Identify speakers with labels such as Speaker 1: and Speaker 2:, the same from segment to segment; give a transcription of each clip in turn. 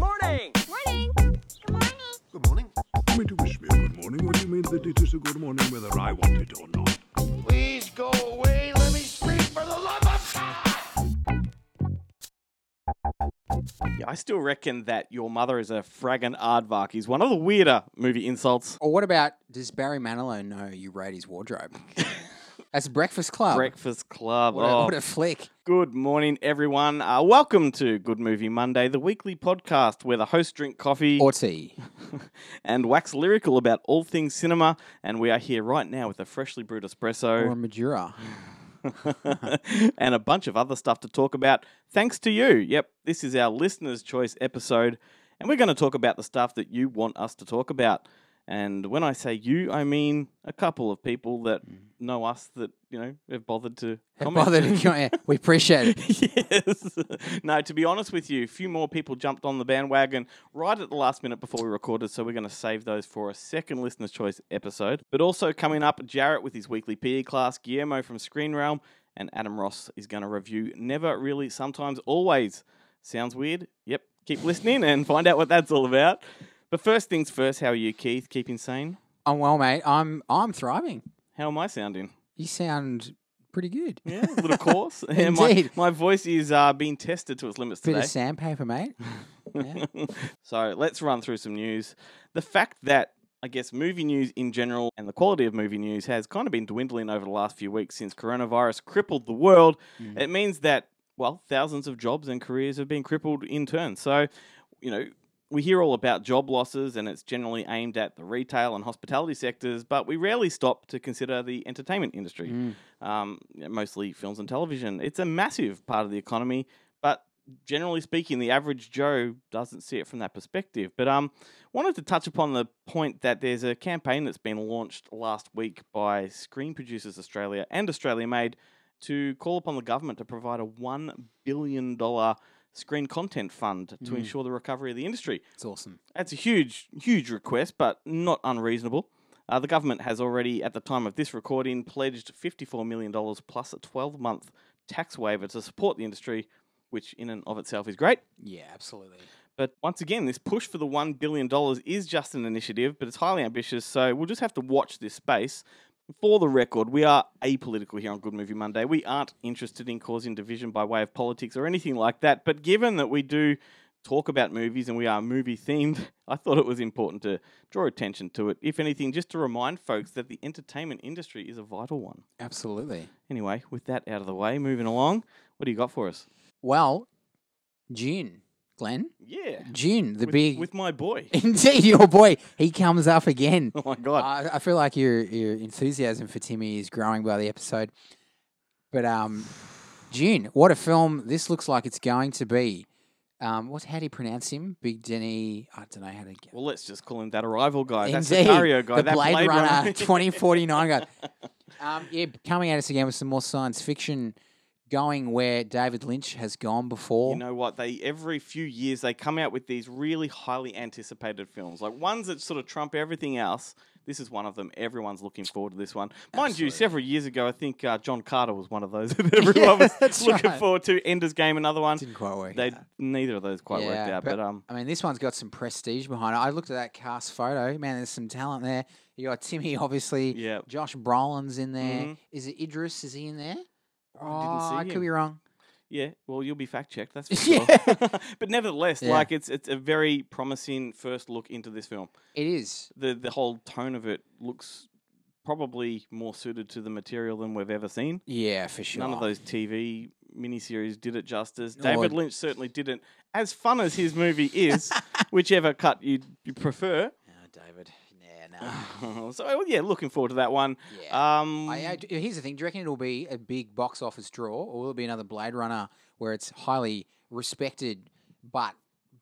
Speaker 1: morning. Good morning.
Speaker 2: Good morning.
Speaker 1: Morning. Good morning.
Speaker 3: Good morning.
Speaker 4: I mean, to wish me a good morning, would you mean that it is a good morning whether I want it or not?
Speaker 3: Please go away. Let me speak for the love of God.
Speaker 2: Yeah, I still reckon that your mother is a fraggin' aardvark. Is one of the weirder movie insults.
Speaker 5: Or what about does Barry Manilow know you raid his wardrobe? That's Breakfast Club.
Speaker 2: Breakfast Club.
Speaker 5: What, a,
Speaker 2: oh,
Speaker 5: what a flick.
Speaker 2: good morning, everyone. Uh, welcome to Good Movie Monday, the weekly podcast where the hosts drink coffee
Speaker 5: Or tea.
Speaker 2: and wax lyrical about all things cinema. And we are here right now with a freshly brewed
Speaker 5: Or a
Speaker 2: espresso
Speaker 5: Madura.
Speaker 2: and a bunch of other stuff to talk about. Thanks to you. Yep, this is our listener's choice episode. And we're going to talk about the stuff that you want us to talk about. And when I say you, I mean a couple of people that know us that, you know, have bothered to
Speaker 5: Mm. Have
Speaker 2: comment.
Speaker 5: bothered if you yeah, We appreciate it.
Speaker 2: yes. No, to be honest with you, a few more people jumped on the bandwagon right at the last minute before we recorded, so we're going to save those for a second listener's choice episode. But also coming up, Jarrett with his weekly PE class, Guillermo from Screen Realm, and Adam Ross is going to review Never Really, Sometimes, Always. Sounds weird? Yep. Keep listening and find out what that's all about. But first things first, how are you, Keith? Keep insane.
Speaker 5: I'm well, mate. I'm I'm thriving.
Speaker 2: How am I sounding?
Speaker 5: You sound pretty good.
Speaker 2: Yeah, a little coarse. Yeah, my,
Speaker 5: Indeed.
Speaker 2: my voice is uh, being tested to its limits
Speaker 5: Bit
Speaker 2: today.
Speaker 5: of sandpaper, mate. Yeah.
Speaker 2: so let's run through some news. The fact that I guess movie news in general and the quality of movie news has kind of been dwindling over the last few weeks since coronavirus crippled the world. It means that, well, thousands of jobs and careers have been crippled in turn. So, you know, we hear all about job losses and it's generally aimed at the retail and hospitality sectors, but we rarely stop to consider the entertainment industry,
Speaker 5: Mm,
Speaker 2: um, mostly films and television. It's a massive part of the economy, but generally speaking, the average Joe doesn't see it from that perspective. But um, wanted to touch upon the point that there's a campaign that's been launched last week by Screen Producers Australia and Australia Made to call upon the government to provide a one billion dollar screen content fund to ensure the recovery of the industry.
Speaker 5: It's awesome.
Speaker 2: That's a huge, huge request, but not unreasonable. Uh, the government has already, at the time of this recording, pledged $54 million plus a 12 month tax waiver to support the industry, which in and of itself is great.
Speaker 5: Yeah, absolutely.
Speaker 2: But once again, this push for the $1 billion is just an initiative, but it's highly ambitious, so we'll just have to watch this space. For the record, we are apolitical here on Good Movie Monday. We aren't interested in causing division by way of politics or anything like that, but given that we do talk about movies and we are movie themed, I thought it was important to draw attention to it. If anything, just to remind folks that the entertainment industry is a vital one.
Speaker 5: Absolutely.
Speaker 2: Anyway, with that out of the way, moving along, what do you got for us?
Speaker 5: Well, June, Glenn.
Speaker 2: Yeah.
Speaker 5: June, the
Speaker 2: with,
Speaker 5: big
Speaker 2: with my boy.
Speaker 5: Indeed, your boy, he comes up again.
Speaker 2: Oh my god.
Speaker 5: I, I feel like your your enthusiasm for Timmy is growing by the episode. But um, June, what a film this looks like it's going to be. Um, what? How do you pronounce him? Big Denny. I don't know how to get.
Speaker 2: Well, let's just call him that arrival guy, that
Speaker 5: Indeed,
Speaker 2: Sicario guy,
Speaker 5: the
Speaker 2: that
Speaker 5: Blade, Runner,
Speaker 2: Runner.
Speaker 5: twenty forty nine guy. Um, yeah, coming at us again with some more science fiction, going where David Lynch has gone before.
Speaker 2: you know what? They every few years they come out with these really highly anticipated films, like ones that sort of trump everything else. This is one of them. Everyone's looking forward to this one. Mind you, several years ago, I think uh, John Carter was one of those that everyone was
Speaker 5: that's
Speaker 2: looking
Speaker 5: right.
Speaker 2: forward to. Ender's Game, another one.
Speaker 5: Didn't quite work.
Speaker 2: They
Speaker 5: out.
Speaker 2: neither of those quite worked out, but, um,
Speaker 5: I mean, this one's got some prestige behind it. I looked at that cast photo. Man, there's some talent there. You got Timmy, obviously.
Speaker 2: Yeah.
Speaker 5: Josh Brolin's in there. Is
Speaker 2: Mhm.
Speaker 5: it Idris? Is he in there? Oh,
Speaker 2: I didn't see
Speaker 5: I could
Speaker 2: him.
Speaker 5: be wrong.
Speaker 2: Yeah, well, you'll be fact checked. That's for sure.
Speaker 5: Yeah.
Speaker 2: but nevertheless,
Speaker 5: Yeah.
Speaker 2: like it's it's a very promising first look into this film.
Speaker 5: It is.
Speaker 2: the the whole tone of it looks probably more suited to the material than we've ever seen.
Speaker 5: Yeah, for sure.
Speaker 2: None of those TV miniseries did it justice.
Speaker 5: No,
Speaker 2: David
Speaker 5: I-
Speaker 2: Lynch certainly didn't. As fun as his movie is, whichever cut you you prefer.
Speaker 5: Oh, David. Yeah, no.
Speaker 2: so yeah, looking forward to that one.
Speaker 5: yeah.
Speaker 2: Um,
Speaker 5: I, I d- here's the thing. Do you reckon it'll be a big box office draw, or will it be another Blade Runner where it's highly respected but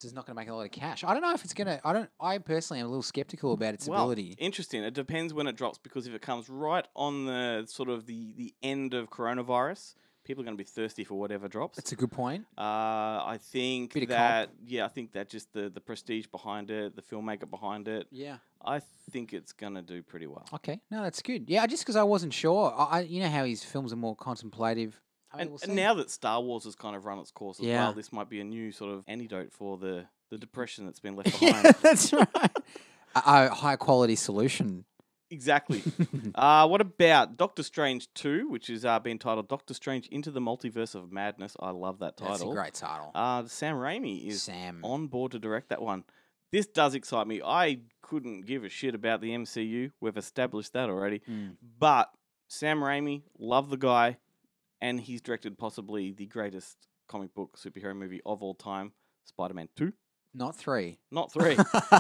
Speaker 5: is not going to make a lot of cash. I don't know if it's going to. I don't. I personally am a little skeptical about its
Speaker 2: Well,
Speaker 5: ability.
Speaker 2: interesting. It depends when it drops because if it comes right on the sort of the the end of coronavirus, people are going to be thirsty for whatever drops.
Speaker 5: That's a good point.
Speaker 2: Uh, I think
Speaker 5: Bit of comp.
Speaker 2: that yeah, I think that just the the prestige behind it, the filmmaker behind it.
Speaker 5: Yeah.
Speaker 2: I think it's gonna do pretty well.
Speaker 5: Okay. No, that's good. Yeah, just because I wasn't sure. I, I, you know how his films are more contemplative. I mean,
Speaker 2: And,
Speaker 5: we'll
Speaker 2: and
Speaker 5: see.
Speaker 2: now that Star Wars has kind of run its course as
Speaker 5: Yeah.
Speaker 2: well, this might be a new sort of antidote for the the depression that's been left behind.
Speaker 5: yeah, that's right. a, a high quality solution.
Speaker 2: Exactly. uh, what about Doctor Strange Two, which is uh, been titled Doctor Strange Into the Multiverse of Madness? I love that title.
Speaker 5: That's a great title.
Speaker 2: Uh, Sam Raimi is
Speaker 5: Sam.
Speaker 2: on board to direct that one. This does excite me. I couldn't give a shit about the MCU. We've established that already.
Speaker 5: Mm.
Speaker 2: But Sam Raimi, love the guy, and he's directed possibly the greatest comic book superhero movie of all time, Spider-Man Two,
Speaker 5: Not three.
Speaker 2: not three.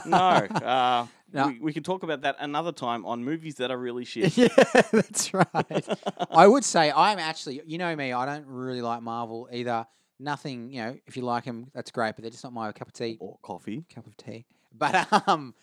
Speaker 2: no, uh,
Speaker 5: No.
Speaker 2: We, we can talk about that another time on movies that are really shit.
Speaker 5: yeah, that's right. I would say I'm actually, you know me, I don't really like Marvel either. Nothing, you know, if you like them, that's great, but they're just not my cup of tea.
Speaker 2: or coffee.
Speaker 5: Cup of tea. But um,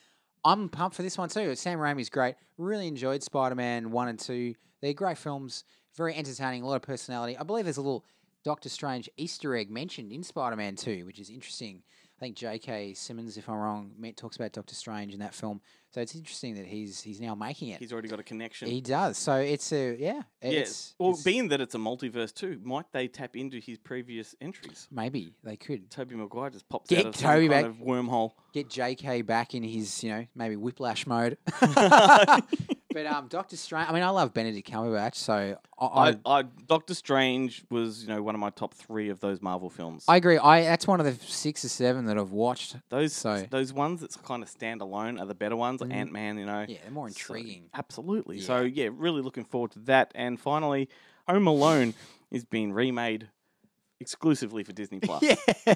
Speaker 5: I'm pumped for this one too. Sam Raimi's great. Really enjoyed Spider Man 1 and 2. They're great films, very entertaining, a lot of personality. I believe there's a little Doctor Strange Easter egg mentioned in Spider Man 2, which is interesting. I think J.K. Simmons, if I'm wrong, met- talks about Doctor Strange in that film. So it's interesting that he's he's now making it.
Speaker 2: He's already got a connection.
Speaker 5: He does. So it's a yeah. It's,
Speaker 2: yes. Well,
Speaker 5: it's-
Speaker 2: being that it's a multiverse too, might they tap into his previous entries?
Speaker 5: maybe they could
Speaker 2: Toby Maguire just pops
Speaker 5: Get
Speaker 2: out of some
Speaker 5: Tobey
Speaker 2: kind
Speaker 5: back.
Speaker 2: of wormhole.
Speaker 5: get JK back in his you know maybe whiplash mode. but um, Doctor Strange. I mean, I love Benedict Cumberbatch, so I I,
Speaker 2: I, I Doctor Strange was, you know, one of my top three of those Marvel films.
Speaker 5: I agree. I that's one of the six or seven that I've watched.
Speaker 2: those
Speaker 5: so- Mm-hmm.
Speaker 2: those ones that's kind of standalone are the better ones, like Ant Man, you know.
Speaker 5: Yeah, they're more
Speaker 2: So-
Speaker 5: intriguing.
Speaker 2: absolutely. So yeah, really looking forward to that. And finally, Home Alone is being remade exclusively for Disney Plus.
Speaker 5: yeah,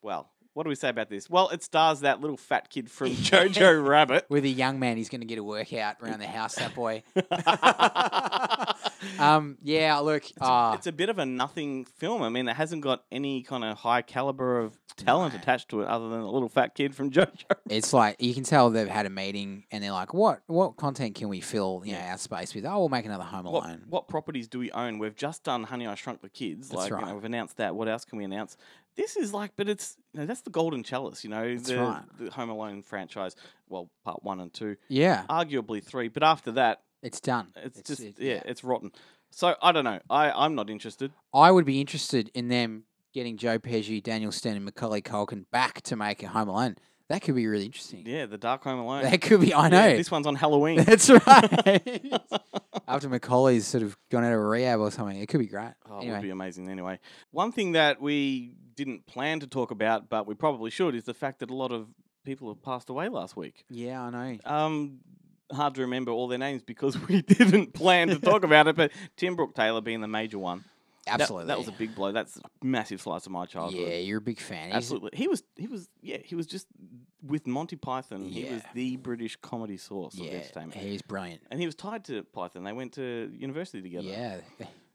Speaker 2: Well, what do we say about this? Well, it stars that little fat kid from Jojo Rabbit.
Speaker 5: with a young man, he's going to get a workout around the house. That boy. um. Yeah. Look. Uh,
Speaker 2: it's a bit of a nothing film. I mean, it hasn't got any kind of high caliber of talent attached to it, other than a little fat kid from JoJo.
Speaker 5: it's like you can tell they've had a meeting and they're like, "What? What content can we fill? You know, our space with? Oh, we'll make another Home Alone."
Speaker 2: What, what properties do we own? We've just done Honey I Shrunk the Kids.
Speaker 5: That's
Speaker 2: like you know,
Speaker 5: right.
Speaker 2: we've announced that. What else can we announce? This is like, but it's you know, that's the golden chalice. You know, the,
Speaker 5: right.
Speaker 2: the Home Alone franchise. Well, part one and two,
Speaker 5: Yeah,
Speaker 2: arguably three, but after that,
Speaker 5: it's done.
Speaker 2: it's,
Speaker 5: It's-
Speaker 2: just
Speaker 5: it-
Speaker 2: yeah,
Speaker 5: yeah.
Speaker 2: it's rotten. So I don't know. I I'm not interested.
Speaker 5: I would be interested in them getting Joe Pesci, Daniel Sten, and Macaulay Culkin back to make a Home Alone. That could be really interesting.
Speaker 2: Yeah, the Dark Home Alone.
Speaker 5: That could be. I know.
Speaker 2: Yeah, this one's on Halloween.
Speaker 5: That's right. After Macaulay's sort of gone out of rehab or something, it could be great.
Speaker 2: Oh, it
Speaker 5: anyway,
Speaker 2: would be amazing anyway. One thing that we didn't plan to talk about, but we probably should, is the fact that a lot of people have passed away last week.
Speaker 5: yeah, I know.
Speaker 2: Um, hard to remember all their names because we didn't plan to talk about it, but Tim Brooke Taylor being the major one. That-
Speaker 5: Absolutely.
Speaker 2: That, was a big blow. That's a massive slice of my childhood.
Speaker 5: Yeah, you're a big fan. He's-
Speaker 2: Absolutely. He was, he was, yeah, he was just with Monty Python. He was
Speaker 5: Yeah.
Speaker 2: the British comedy source of
Speaker 5: Yeah,
Speaker 2: entertainment.
Speaker 5: he's brilliant.
Speaker 2: and he was tied to Python. They went to university together.
Speaker 5: Yeah,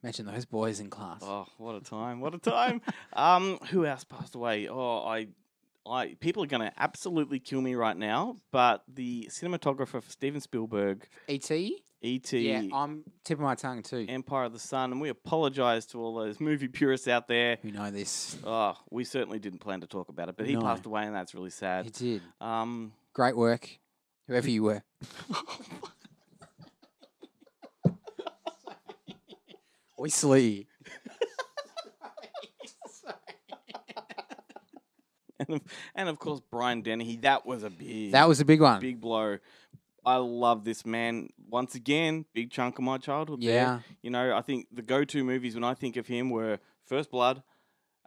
Speaker 5: imagine those boys in class.
Speaker 2: Oh, what a time! What a time! um, who else passed away? Oh, I, I people are going to absolutely kill me right now. But the cinematographer for Steven Spielberg,
Speaker 5: E.T.
Speaker 2: E.T.,
Speaker 5: E Yeah, I'm tipping my tongue too.
Speaker 2: Empire of the Sun, and we apologise to all those movie purists out there.
Speaker 5: Who know this?
Speaker 2: Oh, we certainly didn't plan to talk about it, but he
Speaker 5: No.
Speaker 2: passed away, and that's really
Speaker 5: He
Speaker 2: sad.
Speaker 5: did.
Speaker 2: Um,
Speaker 5: Great work, whoever you were. Oisley.
Speaker 2: and of, and of course Brian Dennehy. That was a big,
Speaker 5: That was a big one.
Speaker 2: big blow. I love this man. Once again, big chunk of my childhood. there.
Speaker 5: yeah.
Speaker 2: You know, I think the go-to movies when I think of him were First Blood,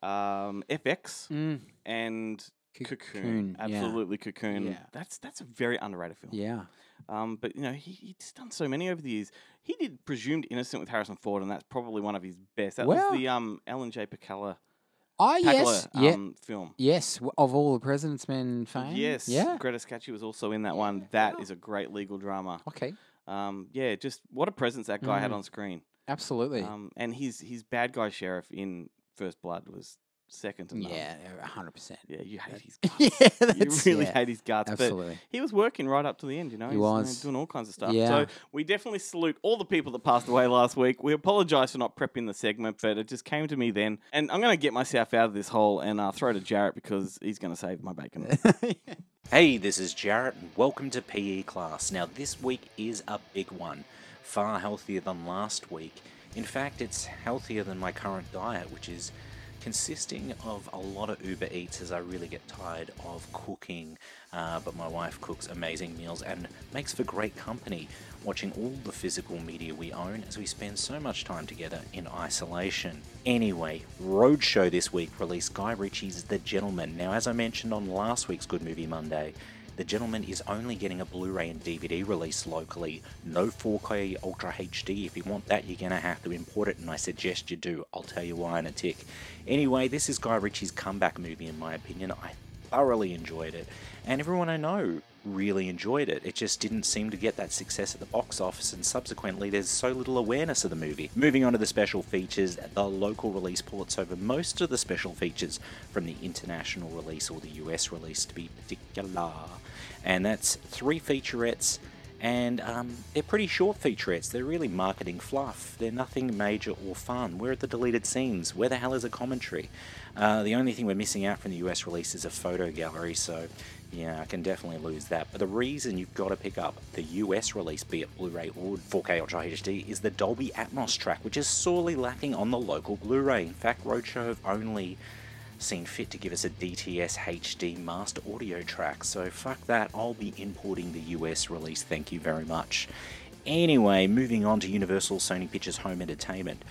Speaker 2: um, FX,
Speaker 5: Mm.
Speaker 2: and Cocoon.
Speaker 5: Cocoon, yeah.
Speaker 2: Absolutely, Cocoon.
Speaker 5: Yeah.
Speaker 2: That's that's a very underrated film.
Speaker 5: Yeah.
Speaker 2: Um, but you know, he, he's done so many over the years. He did Presumed Innocent with Harrison Ford, and that's probably one of his best. That
Speaker 5: Well-
Speaker 2: was the um Alan J. Pakala,
Speaker 5: Ah, yes.
Speaker 2: Pakala
Speaker 5: yeah.
Speaker 2: um, film.
Speaker 5: Yes. w- Of all the President's Men fame.
Speaker 2: Yes,
Speaker 5: Yeah.
Speaker 2: Greta Scacchi was also in that one. That is a great legal drama.
Speaker 5: Okay.
Speaker 2: Um, yeah, just what a presence that
Speaker 5: Mm.
Speaker 2: guy had on screen.
Speaker 5: Absolutely.
Speaker 2: Um, and his his bad guy sheriff in First Blood was second to none.
Speaker 5: Yeah, a hundred percent.
Speaker 2: Yeah, you hate his
Speaker 5: Yeah,
Speaker 2: guts.
Speaker 5: that's
Speaker 2: you really
Speaker 5: yeah,
Speaker 2: hate his guts. But
Speaker 5: absolutely.
Speaker 2: he was working right up to the end, you know.
Speaker 5: He
Speaker 2: He's, you know,
Speaker 5: was.
Speaker 2: doing all kinds of stuff.
Speaker 5: Yeah.
Speaker 2: So we definitely salute all the people that passed away last week. We apologise for not prepping the segment, but it just came to me then. And I'm going to get myself out of this hole and uh, throw to Jarrett because he's going to save my bacon.
Speaker 6: Hey, this is Jarrett, and welcome to PE Class. Now, this week is a big one, far healthier than last week. In fact, it's healthier than my current diet, which is consisting of a lot of Uber Eats as I really get tired of cooking. Uh, but my wife cooks amazing meals and makes for great company watching all the physical media we own as we spend so much time together in isolation. Anyway, Roadshow this week released Guy Ritchie's The Gentleman. Now, as I mentioned on last week's Good Movie Monday, The Gentleman is only getting a Blu ray and DVD release locally. No 4K Ultra HD. If you want that, you're going to have to import it, and I suggest you do. I'll tell you why in a tick. Anyway, this is Guy Ritchie's comeback movie, in my opinion. I thoroughly enjoyed it, and everyone I know really enjoyed it. It just didn't seem to get that success at the box office, and subsequently, there's so little awareness of the movie. Moving on to the special features, the local release ports over most of the special features from the international release or the US release, to be particular, and that's three featurettes. And um, they're pretty short featurettes. They're really marketing fluff. They're nothing major or fun. Where are the deleted scenes? Where the hell is a commentary? Uh, the only thing we're missing out from the US release is a photo gallery, so yeah, I can definitely lose that. But the reason you've got to pick up the US release, be it Blu ray or 4K Ultra HD, is the Dolby Atmos track, which is sorely lacking on the local Blu ray. In fact, Roadshow have only seen fit to give us a DTS HD master audio track, so fuck that, I'll be importing the US release, thank you very much. Anyway, moving on to Universal Sony Pictures Home Entertainment.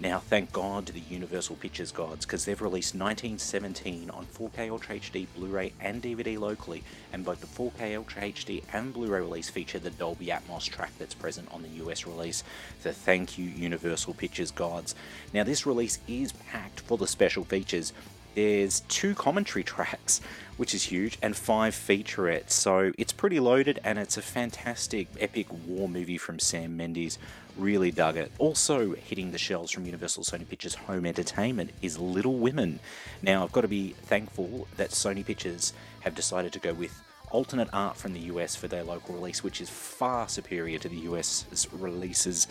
Speaker 6: Now, thank God to the Universal Pictures gods, because they've released 1917 on 4K Ultra HD, Blu ray, and DVD locally, and both the 4K Ultra HD and Blu ray release feature the Dolby Atmos track that's present on the US release. So, thank you, Universal Pictures gods. Now, this release is packed for the special features there's two commentary tracks, which is huge, and five featurettes. So it's pretty loaded, and it's a fantastic, epic war movie from Sam Mendes. Really dug it. Also hitting the shelves from Universal Sony Pictures Home Entertainment is Little Women. Now I've got to be thankful that Sony Pictures have decided to go with alternate art from the US for their local release, which is far superior to the US releases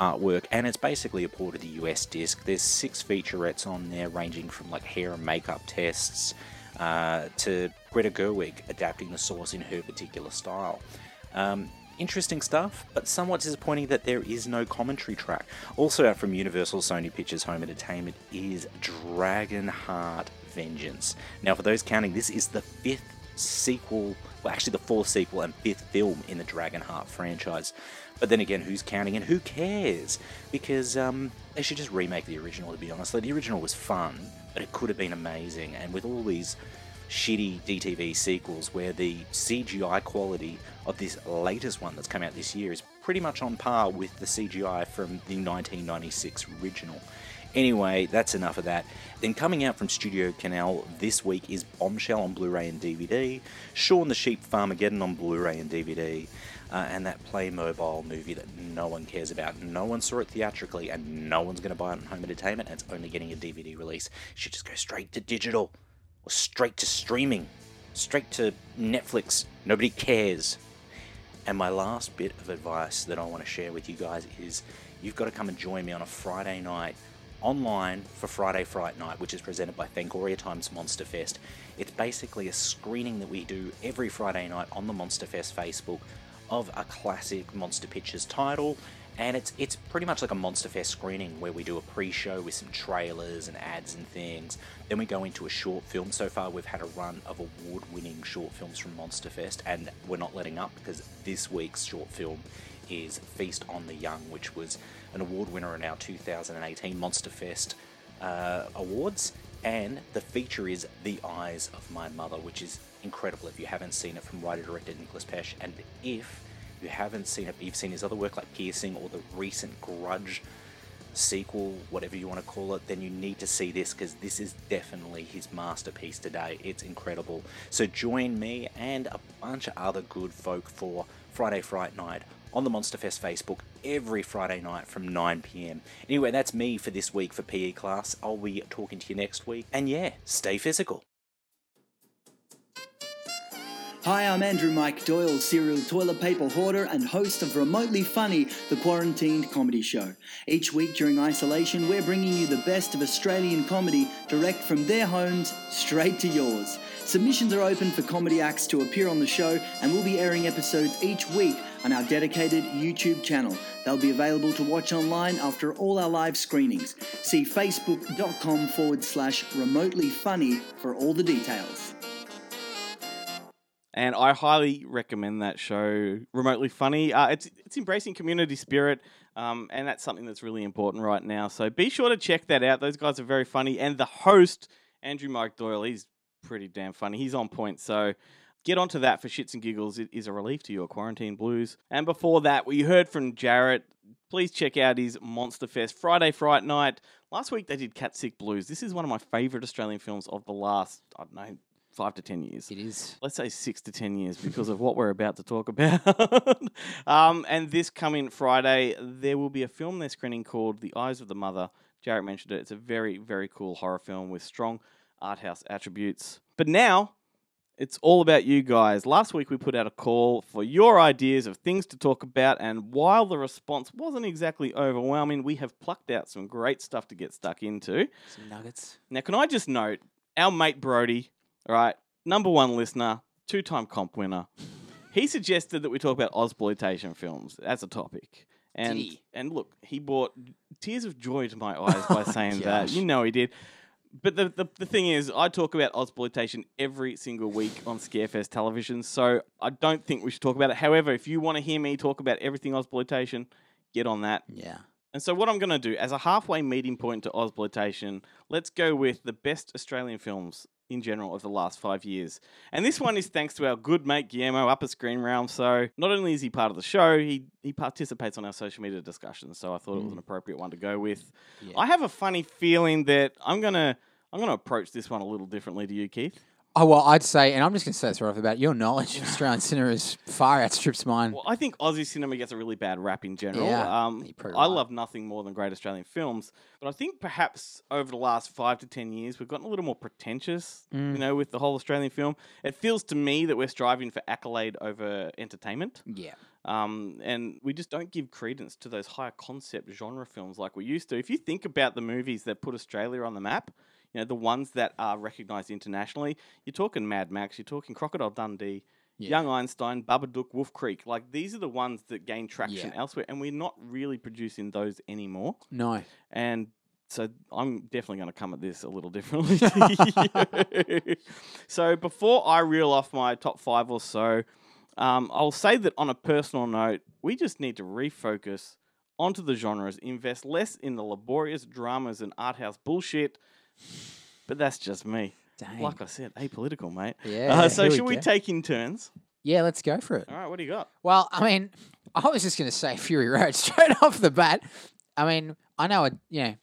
Speaker 6: artwork, and it's basically a port of the US disc. There's six featurettes on there, ranging from like hair and makeup tests uh, to Greta Gerwig adapting the source in her particular style. Um, interesting stuff, but somewhat disappointing that there is no commentary track. Also out from Universal Sony Pictures Home Entertainment is Dragonheart Vengeance. Now, for those counting, this is the fifth sequel, well, actually the fourth sequel and fifth film in the Dragonheart franchise. But then again, who's counting and who cares? Because um, they should just remake the original, to be honest. Like, the original was fun, but it could have been amazing. And with all these shitty DTV sequels where the CGI quality of this latest one that's come out this year is pretty much on par with the CGI from the 1996 original. Anyway, that's enough of that. Then coming out from Studio Canal this week is Bombshell on Blu-ray and DVD, Shaun the Sheep Farmageddon on Blu-ray and DVD, uh, and that Playmobil movie that no one cares about. No one saw it theatrically, and no one's going to buy it on home entertainment. And it's only getting a DVD release. Should just go straight to digital or straight to streaming, straight to Netflix. Nobody cares. And my last bit of advice that I want to share with you guys is you've got to come and join me on a Friday night online for Friday Fright Night, which is presented by Fangoria Times Monster Fest. It's basically a screening that we do every Friday night on the Monster Fest Facebook of a classic Monster Pictures title. And it's it's pretty much like a Monster Fest screening where we do a pre-show with some trailers and ads and things. Then we go into a short film. So far, we've had a run of award-winning short films from Monster Fest, and we're not letting up because this week's short film is Feast on the Young, which was an award winner in our 2018 Monster Fest uh, awards. And the feature is The Eyes of My Mother, which is incredible if you haven't seen it from writer director Nicholas Pesh. And if you haven't seen it, but you've seen his other work like Piercing or the recent Grudge sequel, whatever you want to call it, then you need to see this because this is definitely his masterpiece today. It's incredible. So join me and a bunch of other good folk for Friday Fright Night on the Monsterfest Facebook every Friday night from 9 pm. Anyway, that's me for this week for PE class. I'll be talking to you next week. And yeah, stay physical.
Speaker 7: Hi, I'm Andrew Mike Doyle, serial toilet paper hoarder and host of Remotely Funny, the quarantined comedy show. Each week during isolation, we're bringing you the best of Australian comedy direct from their homes straight to yours. Submissions are open for comedy acts to appear on the show, and we'll be airing episodes each week on our dedicated YouTube channel. They'll be available to watch online after all our live screenings. See facebook.com forward slash remotely funny for all the details.
Speaker 2: and I highly recommend that show. Remotely funny. Uh, it's it's embracing community spirit, um, and that's something that's really important right now. So be sure to check that out. Those guys are very funny, and the host Andrew Mike Doyle, he's pretty damn funny. He's on point. So. Get onto that for shits and giggles. It is a relief to your quarantine blues. And before that, we heard from Jarrett. Please check out his Monster Fest Friday Fright Night. Last week they did Cat Sick Blues. This is one of my favourite Australian films of the last, I don't know, five to ten years
Speaker 5: It is.
Speaker 2: let's say six to ten years because of what we're about to talk about. um, and this coming Friday, there will be a film they're screening called The Eyes of the Mother. Jarrett mentioned it. It's a very, very cool horror film with strong art house attributes. But now it's all about you guys. Last week we put out a call for your ideas of things to talk about, and while the response wasn't exactly overwhelming, we have plucked out some great stuff to get stuck into.
Speaker 5: Some nuggets.
Speaker 2: Now, can I just note our mate Brody, all right, number one listener, two time comp winner. He suggested that we talk about exploitation films as a topic. And
Speaker 5: Did he?
Speaker 2: and look, he brought tears of joy to my eyes by saying that.
Speaker 5: Gosh.
Speaker 2: You know he did. But the, the, the thing is, I talk about exploitation every single week on Scarefest television, so I don't think we should talk about it. However, if you want to hear me talk about everything exploitation, get on that.
Speaker 5: Yeah.
Speaker 2: And so, what I'm going to do as a halfway meeting point to Ozploitation, let's go with the best Australian films in general of the last five years. And this one is thanks to our good mate Guillermo up at Screen Realm. So, not only is he part of the show, he, he participates on our social media discussions. So, I thought it was an appropriate one to go with. I have a funny feeling that I'm going to. I'm going to approach this one a little differently to you, Keith.
Speaker 5: Oh well, I'd say, and I'm just going to say this right off the bat. Your knowledge of Australian cinema is far outstrips mine.
Speaker 2: Well, I think Aussie cinema gets a really bad rap in general.
Speaker 5: Yeah,
Speaker 2: um,
Speaker 5: you're probably
Speaker 2: I
Speaker 5: right.
Speaker 2: love nothing more than great Australian films, but I think perhaps over the last five to ten years, we've gotten a little more pretentious. You know, with the whole Australian film, it feels to me that we're striving for accolade over entertainment,
Speaker 5: Yeah.
Speaker 2: um, and we just don't give credence to those higher concept genre films like we used to. If you think about the movies that put Australia on the map. You know, the ones that are recognized internationally, you're talking Mad Max, you're talking Crocodile Dundee,
Speaker 5: Yeah.
Speaker 2: Young Einstein, Babadook, Wolf Creek. Like these are the ones that gain traction
Speaker 5: Yeah.
Speaker 2: elsewhere, and we're not really producing those anymore.
Speaker 5: No.
Speaker 2: And so I'm definitely going to come at this a little differently. to you. so before I reel off my top five or so, um, I'll say that on a personal note, we just need to refocus onto the genres, invest less in the laborious dramas and art house bullshit. But that's just me.
Speaker 5: Dang.
Speaker 2: Like I said, apolitical, mate.
Speaker 5: Yeah,
Speaker 2: Uh, so
Speaker 5: here we
Speaker 2: should we
Speaker 5: go.
Speaker 2: take in turns?
Speaker 5: Yeah, let's go for it.
Speaker 2: All right, what do you got?
Speaker 5: Well, I mean, I was just going to say Fury Road straight off the bat. I mean, I know it. You know,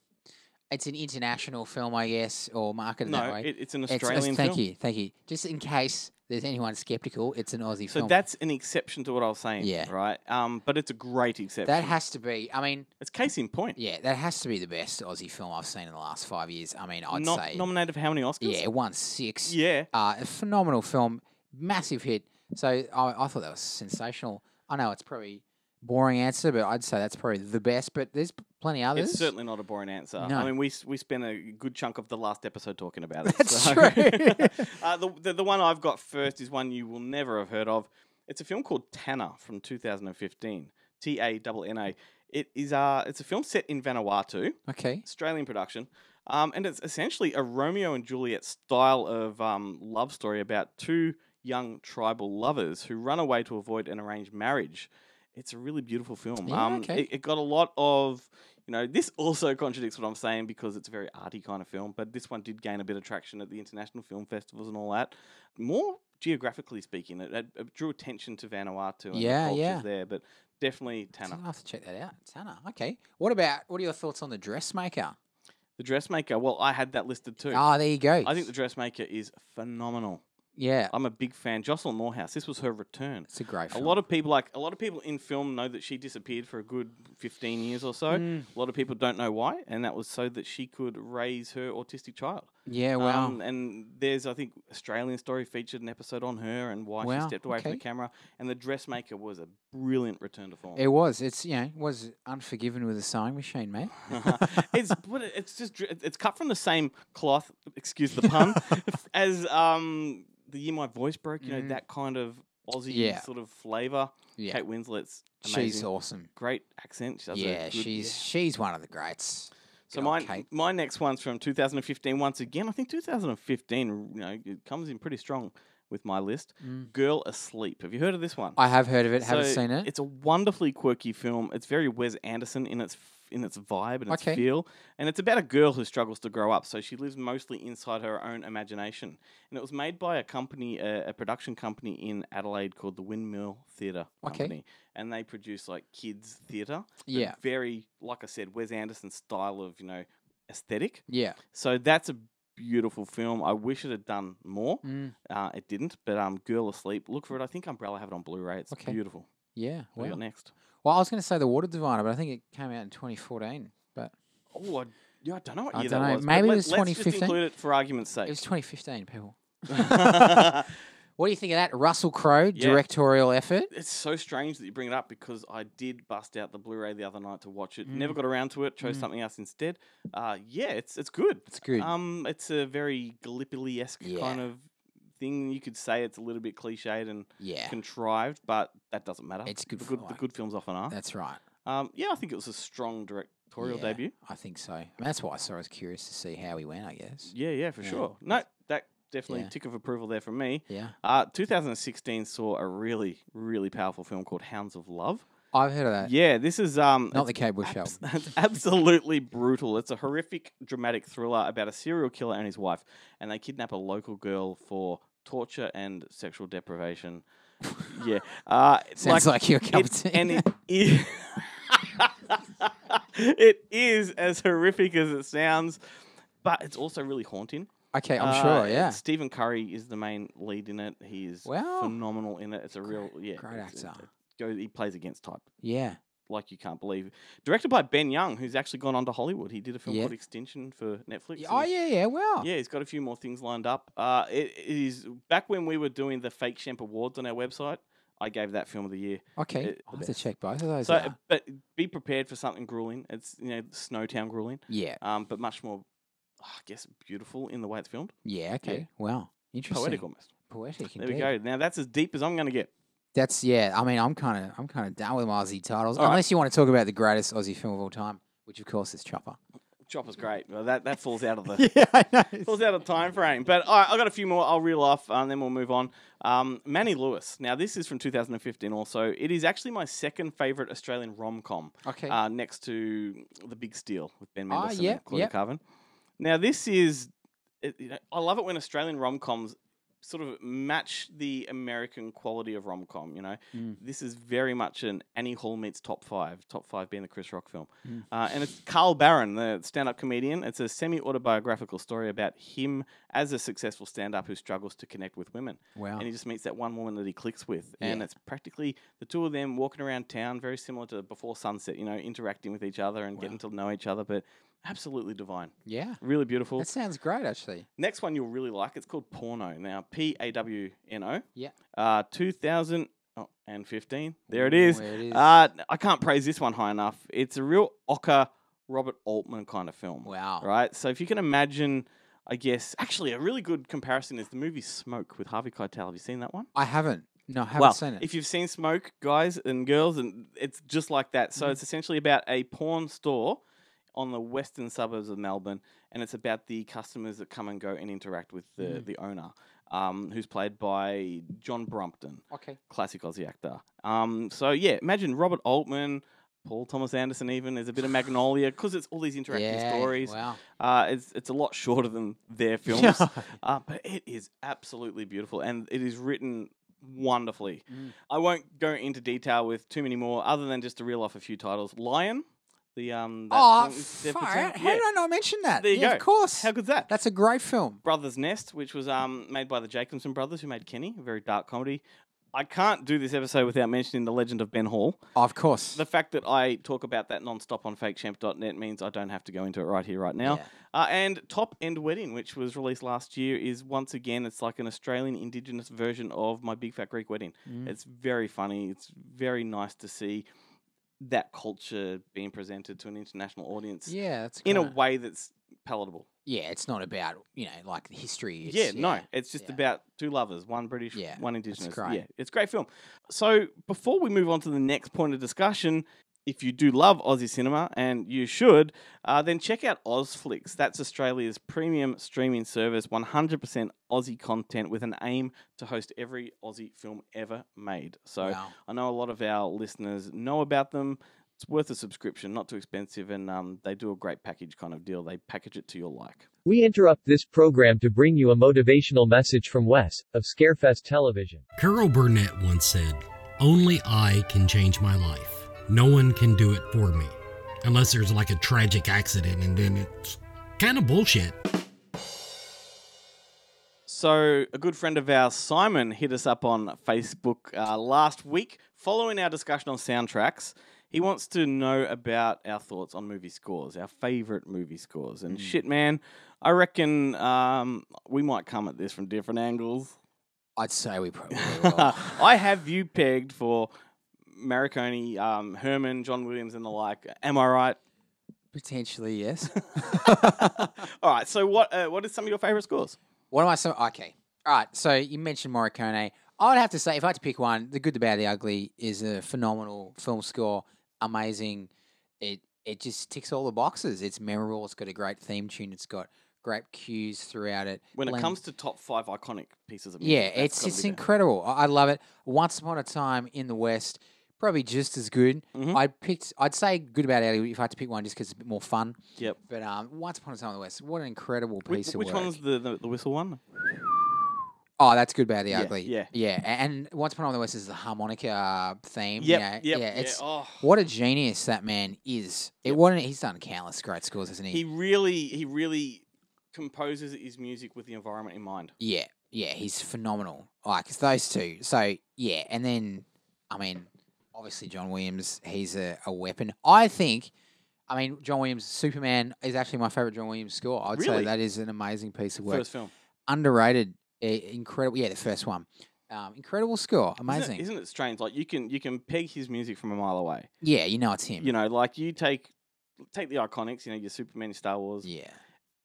Speaker 5: it's an international film, I guess, or marketed that
Speaker 2: No,
Speaker 5: way.
Speaker 2: it, it's an
Speaker 5: It's- it's-
Speaker 2: Australian
Speaker 5: thank
Speaker 2: film.
Speaker 5: you, thank you. Just in case there's anyone skeptical, it's an Aussie
Speaker 2: So
Speaker 5: film.
Speaker 2: that's an exception to what I was saying,
Speaker 5: Yeah.
Speaker 2: right? Um, but it's a great exception.
Speaker 5: that has to be. I mean,
Speaker 2: it's case in point.
Speaker 5: yeah, that has to be the best Aussie film I've seen in the last five years. I mean, I'd
Speaker 2: Not
Speaker 5: say,
Speaker 2: nominated for how many Oscars?
Speaker 5: yeah, it won six.
Speaker 2: Yeah.
Speaker 5: uh, a phenomenal film, massive hit. So I, I thought that was sensational. I know it's probably boring answer, but I'd say that's probably the best. But there's p- plenty others.
Speaker 2: It's certainly not a boring answer. I
Speaker 5: No.
Speaker 2: mean, we s- we spent a good chunk of the last episode talking about it.
Speaker 5: That's
Speaker 2: so-
Speaker 5: true.
Speaker 2: uh, the, the the one I've got first is one you will never have heard of. It's a film called Tanner from 2015. T A double N A. It is uh it's a film set in Vanuatu.
Speaker 5: okay.
Speaker 2: Australian production. Um, and it's essentially a Romeo and Juliet style of um, love story about two young tribal lovers who run away to avoid an arranged marriage. It's a really beautiful film.
Speaker 5: Yeah,
Speaker 2: um,
Speaker 5: okay.
Speaker 2: it, it got a lot of, you know, this also contradicts what I'm saying because it's a very arty kind of film, but this one did gain a bit of traction at the international film festivals and all that. More geographically speaking, it, it- it drew attention to Vanuatu and
Speaker 5: Yeah,
Speaker 2: the cultures
Speaker 5: yeah.
Speaker 2: there, but definitely Tanner.
Speaker 5: I'll have to check that out. Tanner. Okay. What about what are your thoughts on the dressmaker?
Speaker 2: The Dressmaker, well, I had that listed too.
Speaker 5: Ah, there you go.
Speaker 2: I think the dressmaker is phenomenal.
Speaker 5: Yeah,
Speaker 2: I'm a big fan. Jocelyn Morehouse. This was her return.
Speaker 5: it's a great
Speaker 2: A
Speaker 5: film.
Speaker 2: lot of people like a lot of people in film know that she disappeared for a good 15 years or so.
Speaker 5: Hmm.
Speaker 2: A lot of people don't know why, and that was so that she could raise her autistic child.
Speaker 5: yeah, wow.
Speaker 2: Um, and there's, I think, Australian Story featured an episode on her and why she
Speaker 5: Wow,
Speaker 2: stepped away from the
Speaker 5: okay.
Speaker 2: camera. And the dressmaker was a brilliant return to form.
Speaker 5: it was. It's you know, it was unforgiven with a sewing machine, mate.
Speaker 2: it's but it- it's just dr- it's cut from the same cloth. Excuse the pun. as um the year my voice broke, you know
Speaker 5: Mhm.
Speaker 2: that kind of Aussie
Speaker 5: Yeah.
Speaker 2: sort of flavor.
Speaker 5: Yeah,
Speaker 2: Kate Winslet's amazing.
Speaker 5: she's awesome.
Speaker 2: great accent. She does a
Speaker 5: Yeah,
Speaker 2: good-
Speaker 5: she's she's one of the greats.
Speaker 2: So
Speaker 5: Good
Speaker 2: my
Speaker 5: old Kate.
Speaker 2: my next one's from 2015. Once again, I think 2015. You know, it comes in pretty strong with my list.
Speaker 5: Mm.
Speaker 2: Girl Asleep. Have you heard of this one?
Speaker 5: I have heard of it. haven't
Speaker 2: So,
Speaker 5: seen it.
Speaker 2: It's a wonderfully quirky film. It's very Wes Anderson in its in its vibe and its
Speaker 5: Okay.
Speaker 2: feel, and it's about a girl who struggles to grow up. So she lives mostly inside her own imagination. And it was made by a company, a, a production company in Adelaide called the Windmill Theatre
Speaker 5: Okay.
Speaker 2: Company, and they produce like kids theatre. but
Speaker 5: Yeah.
Speaker 2: very like I said, Wes Anderson style of you know aesthetic.
Speaker 5: yeah.
Speaker 2: So that's a beautiful film. I wish it had done more.
Speaker 5: Mm,
Speaker 2: Uh, it didn't, but um, Girl Asleep. Look for it. I think Umbrella have it on Blu-ray. It's
Speaker 5: Okay.
Speaker 2: beautiful. What
Speaker 5: yeah.
Speaker 2: do
Speaker 5: Well,
Speaker 2: you got next?
Speaker 5: well, I was going to say the Water Diviner, but I think it came out in 2014. But
Speaker 2: Oh, I, yeah, I don't know what
Speaker 5: I
Speaker 2: year
Speaker 5: dunno,
Speaker 2: that was. but
Speaker 5: maybe it
Speaker 2: let-
Speaker 5: was
Speaker 2: Let's just
Speaker 5: 2015?
Speaker 2: include it for argument's sake.
Speaker 5: it was 2015. People,
Speaker 2: it's
Speaker 5: what do you think of that Russell Crowe
Speaker 2: Yeah.
Speaker 5: directorial effort?
Speaker 2: so strange that you bring it up because I did bust out the Blu-ray the other night to watch it.
Speaker 5: Mm.
Speaker 2: Never got around to it. Chose something else instead. Uh, yeah, it's it's good.
Speaker 5: It's good.
Speaker 2: Um, it's a very Gallipoli-esque
Speaker 5: Yeah.
Speaker 2: kind of thing. You could say it's a little bit cliched and
Speaker 5: yeah,
Speaker 2: contrived, but that doesn't matter.
Speaker 5: It's good
Speaker 2: The
Speaker 5: for
Speaker 2: good, the
Speaker 5: like-
Speaker 2: good films often are.
Speaker 5: that's right.
Speaker 2: Um, yeah, I think it was a strong directorial
Speaker 5: Yeah,
Speaker 2: debut.
Speaker 5: I think so. I mean, that's why I saw. I was curious to see how he went. I guess.
Speaker 2: Yeah, yeah, for
Speaker 5: Yeah.
Speaker 2: sure. No, that definitely
Speaker 5: Yeah.
Speaker 2: tick of approval there from me.
Speaker 5: Yeah,
Speaker 2: Uh, 2016 saw a really, really powerful film called Hounds of Love.
Speaker 5: I've heard of that.
Speaker 2: Yeah, this is um,
Speaker 5: Uh, Not the
Speaker 2: it's
Speaker 5: Cable Shell.
Speaker 2: abs- it's absolutely brutal. It's a horrific, dramatic thriller about a serial killer and his wife, and they kidnap a local girl for torture and sexual deprivation. yeah, uh, it's
Speaker 5: Sounds like, your cup of
Speaker 2: it-
Speaker 5: tea.
Speaker 2: And it is, it is as horrific as it sounds, but it's also really haunting.
Speaker 5: okay, I'm
Speaker 2: Uh,
Speaker 5: sure. Yeah.
Speaker 2: Stephen Curry is the main lead in it. He is
Speaker 5: Wow.
Speaker 2: phenomenal in it. It's a real yeah.
Speaker 5: Oh. Great
Speaker 2: it's-
Speaker 5: actor.
Speaker 2: it- go- he plays against type
Speaker 5: Yeah.
Speaker 2: like you can't believe. Directed by Ben Young, who's actually gone on to Hollywood. He did a film
Speaker 5: Yeah.
Speaker 2: called Extinction for Netflix.
Speaker 5: Yeah,
Speaker 2: and
Speaker 5: Oh
Speaker 2: he's-
Speaker 5: yeah, yeah. Wow.
Speaker 2: Yeah, he's got a few more things lined up. Uh, it it is back when we were doing the Fake Champ Awards on our website. I gave that film of the year.
Speaker 5: Okay.
Speaker 2: it-
Speaker 5: I will have to check both of those.
Speaker 2: So,
Speaker 5: out.
Speaker 2: but be prepared for something grueling. It's you know Snowtown grueling,
Speaker 5: yeah.
Speaker 2: um, but much more, oh, I guess, beautiful in the way it's filmed,
Speaker 5: Yeah. Okay. Wow. Interesting.
Speaker 2: poetic almost.
Speaker 5: Poetic.
Speaker 2: There we go. Now that's as deep as I'm going to get.
Speaker 5: That's yeah. I mean, I'm kind of I'm kind of down with my Aussie titles,
Speaker 2: All right.
Speaker 5: unless you want to talk about the greatest Aussie film of all time, which of course is Chopper.
Speaker 2: Chopper's great. Well, that that falls out of the
Speaker 5: yeah, I know.
Speaker 2: Falls out of time frame. But all right, I've got a few more. I'll reel off uh, and then we'll move on. Um, Manny Lewis. Now, this is from 2015 also. It is actually my second favourite Australian rom com
Speaker 5: Okay.
Speaker 2: uh, next to The Big Steal with Ben
Speaker 5: Ah,
Speaker 2: Mendelsohn
Speaker 5: yep,
Speaker 2: and Claudia
Speaker 5: yep.
Speaker 2: Carvin. Now, this is, it, you know, I love it when Australian rom coms sort of match the American quality of rom com. You know,
Speaker 5: Mm.
Speaker 2: this is very much an Annie Hall meets Top Five. Top Five being the Chris Rock film,
Speaker 5: Mm.
Speaker 2: uh, and it's Carl Barron, the stand-up comedian. It's a semi-autobiographical story about him as a successful stand-up who struggles to connect with women,
Speaker 5: wow.
Speaker 2: and he just meets that one woman that he clicks with, and
Speaker 5: Yeah.
Speaker 2: it's practically the two of them walking around town, very similar to Before Sunset. You know, interacting with each other and getting to know each other, but absolutely divine.
Speaker 5: Yeah.
Speaker 2: Really beautiful.
Speaker 5: That sounds great, actually.
Speaker 2: Next one you'll really like. It's called Porno. Now, P A W N O.
Speaker 5: Yeah.
Speaker 2: Uh, 2015. There it is.
Speaker 5: There it is.
Speaker 2: Uh, I can't praise this one high enough. It's a real Ocker Robert Altman kind of film.
Speaker 5: Wow.
Speaker 2: Right? So if you can imagine, I guess, actually, a really good comparison is the movie Smoke with Harvey Keitel. Have you seen that one?
Speaker 5: I haven't. No, I haven't
Speaker 2: well,
Speaker 5: seen it.
Speaker 2: if you've seen Smoke, guys and girls, and it's just like that.
Speaker 5: Mm-hmm.
Speaker 2: So it's essentially about a porn store on the western suburbs of Melbourne, and it's about the customers that come and go and interact with the,
Speaker 5: Mm-hmm.
Speaker 2: the owner, um, who's played by John Brumpton,
Speaker 5: okay.
Speaker 2: classic Aussie actor. Um, so yeah, imagine Robert Altman. Paul Thomas Anderson, even there's a bit of Magnolia because it's all these interactive
Speaker 5: yeah.
Speaker 2: stories.
Speaker 5: Wow.
Speaker 2: Uh, it's it's a lot shorter than their films, uh, but it is absolutely beautiful, and it is written wonderfully.
Speaker 5: Mm.
Speaker 2: I won't go into detail with too many more, other than just to reel off a few titles: Lion, The um. that
Speaker 5: Oh,
Speaker 2: song is there
Speaker 5: far
Speaker 2: for
Speaker 5: out.
Speaker 2: two-
Speaker 5: How
Speaker 2: yeah.
Speaker 5: did I not mention that?
Speaker 2: There you
Speaker 5: yeah,
Speaker 2: go.
Speaker 5: Of course.
Speaker 2: How good's that?
Speaker 5: That's a great film.
Speaker 2: Brothers Nest, which was um, made by the Jacobson brothers, who made Kenny, a very dark comedy. I can't do this episode without mentioning the legend of Ben Hall.
Speaker 5: Of course.
Speaker 2: The fact that I talk about that nonstop on fakechamp.net means I don't have to go into it right here, right now. Uh, and Top End Wedding, which was released last year, is once again, it's like an Australian Indigenous version of My Big Fat Greek Wedding.
Speaker 5: Mm.
Speaker 2: It's very funny. It's very nice to see that culture being presented to an international audience
Speaker 5: yeah, that's
Speaker 2: in a
Speaker 5: kinda-
Speaker 2: way that's palatable.
Speaker 5: Yeah, it's not about you know like the history. It's,
Speaker 2: yeah, no, it's just
Speaker 5: yeah.
Speaker 2: about two lovers, one British,
Speaker 5: Yeah,
Speaker 2: one Indigenous.
Speaker 5: great.
Speaker 2: Yeah, it's a great film. So before we move on to the next point of discussion, if you do love Aussie cinema, and you should, uh, then check out Ozflix. That's Australia's premium streaming service, 100% Aussie content with an aim to host every Aussie film ever made. So
Speaker 5: Wow.
Speaker 2: I know a lot of our listeners know about them. It's worth a subscription, not too expensive, and um, they do a great package kind of deal. They package it to your like.
Speaker 8: We interrupt this program to bring you a motivational message from Wes, of Scarefest Television.
Speaker 9: Carol Burnett once said, Only I can change my life. No one can do it for me. Unless there's like a tragic accident, and then it's kind of bullshit.
Speaker 2: So, a good friend of ours, Simon, hit us up on Facebook uh, last week following our discussion on soundtracks. He wants to know about our thoughts on movie scores, our favorite movie scores.
Speaker 5: Hmm.
Speaker 2: And shit, man, I reckon um, we might come at this from different angles.
Speaker 5: I'd say we probably will.
Speaker 2: I have you pegged for Maricone, um, Herman, John Williams, and the like. Am I right?
Speaker 5: potentially yes.
Speaker 2: All right. So, what uh, what is some of your favorite scores?
Speaker 5: What am I so okay? All right, so you mentioned Morricone. I'd have to say, if I had to pick one, The Good, the Bad, the Ugly is a phenomenal film score. Amazing. It it just ticks all the boxes. It's memorable. It's got a great theme tune. It's got great cues throughout it.
Speaker 2: When it
Speaker 5: Blends-
Speaker 2: comes to top five iconic pieces of music,
Speaker 5: yeah,
Speaker 2: that's
Speaker 5: it's
Speaker 2: gotta
Speaker 5: it's
Speaker 2: be there.
Speaker 5: incredible. I I love it. Once upon a time in the West, probably just as good.
Speaker 2: Mm-hmm.
Speaker 5: I picked. I'd say Good About Ugly if I had to pick one, just because it's a bit more fun.
Speaker 2: Yep.
Speaker 5: But um, Once Upon a Time in the West, what an incredible
Speaker 2: Which-
Speaker 5: piece of
Speaker 2: which
Speaker 5: work.
Speaker 2: one's the, the, the whistle one?
Speaker 5: Oh, that's good, bad, the
Speaker 2: Yeah,
Speaker 5: ugly.
Speaker 2: yeah.
Speaker 5: yeah. a- And once upon a Time in the west is the harmonica uh, theme.
Speaker 2: Yep,
Speaker 5: yeah,
Speaker 2: yep,
Speaker 5: yeah.
Speaker 2: yeah,
Speaker 5: It's
Speaker 2: oh.
Speaker 5: what a genius that man is. It what an, he's done countless great scores, hasn't he?
Speaker 2: He really he really composes his music with the environment in mind.
Speaker 5: Yeah, yeah. He's phenomenal. Like it's those two. So yeah, and then I mean, obviously John Williams. He's a, a weapon. I think. I mean, John Williams Superman is actually my favorite John Williams score. I'd say
Speaker 2: Really?
Speaker 5: that is an amazing piece of work.
Speaker 2: First film.
Speaker 5: Underrated, eh, incredible. Yeah, the first one. Um, incredible score,
Speaker 2: Isn't it-
Speaker 5: amazing.
Speaker 2: Isn't, it strange? Like you can you can peg his music from a mile away.
Speaker 5: yeah, you know it's him.
Speaker 2: You know, like you take take the iconics, you know, your Superman, your Star Wars.
Speaker 5: Yeah.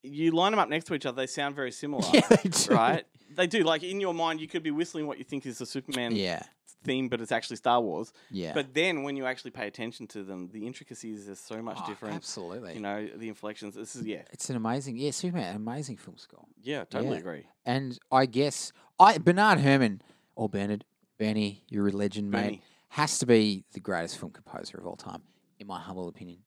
Speaker 2: You line them up next to each other, they sound very similar.
Speaker 5: they do.
Speaker 2: Right? They do. Like in your mind you could be whistling what you think is the Superman
Speaker 5: Yeah.
Speaker 2: theme, but it's actually Star Wars.
Speaker 5: Yeah.
Speaker 2: But then when you actually pay attention to them, the intricacies are so much
Speaker 5: Oh,
Speaker 2: different.
Speaker 5: Absolutely.
Speaker 2: You know, the inflections. This is yeah.
Speaker 5: It's an amazing, yeah, Superman, an amazing film score.
Speaker 2: Yeah, I totally
Speaker 5: Yeah.
Speaker 2: agree.
Speaker 5: And I guess I Bernard Herman or Bernard Bernie, you're a legend, mate.
Speaker 2: Bernie.
Speaker 5: Has to be the greatest film composer of all time, in my humble opinion.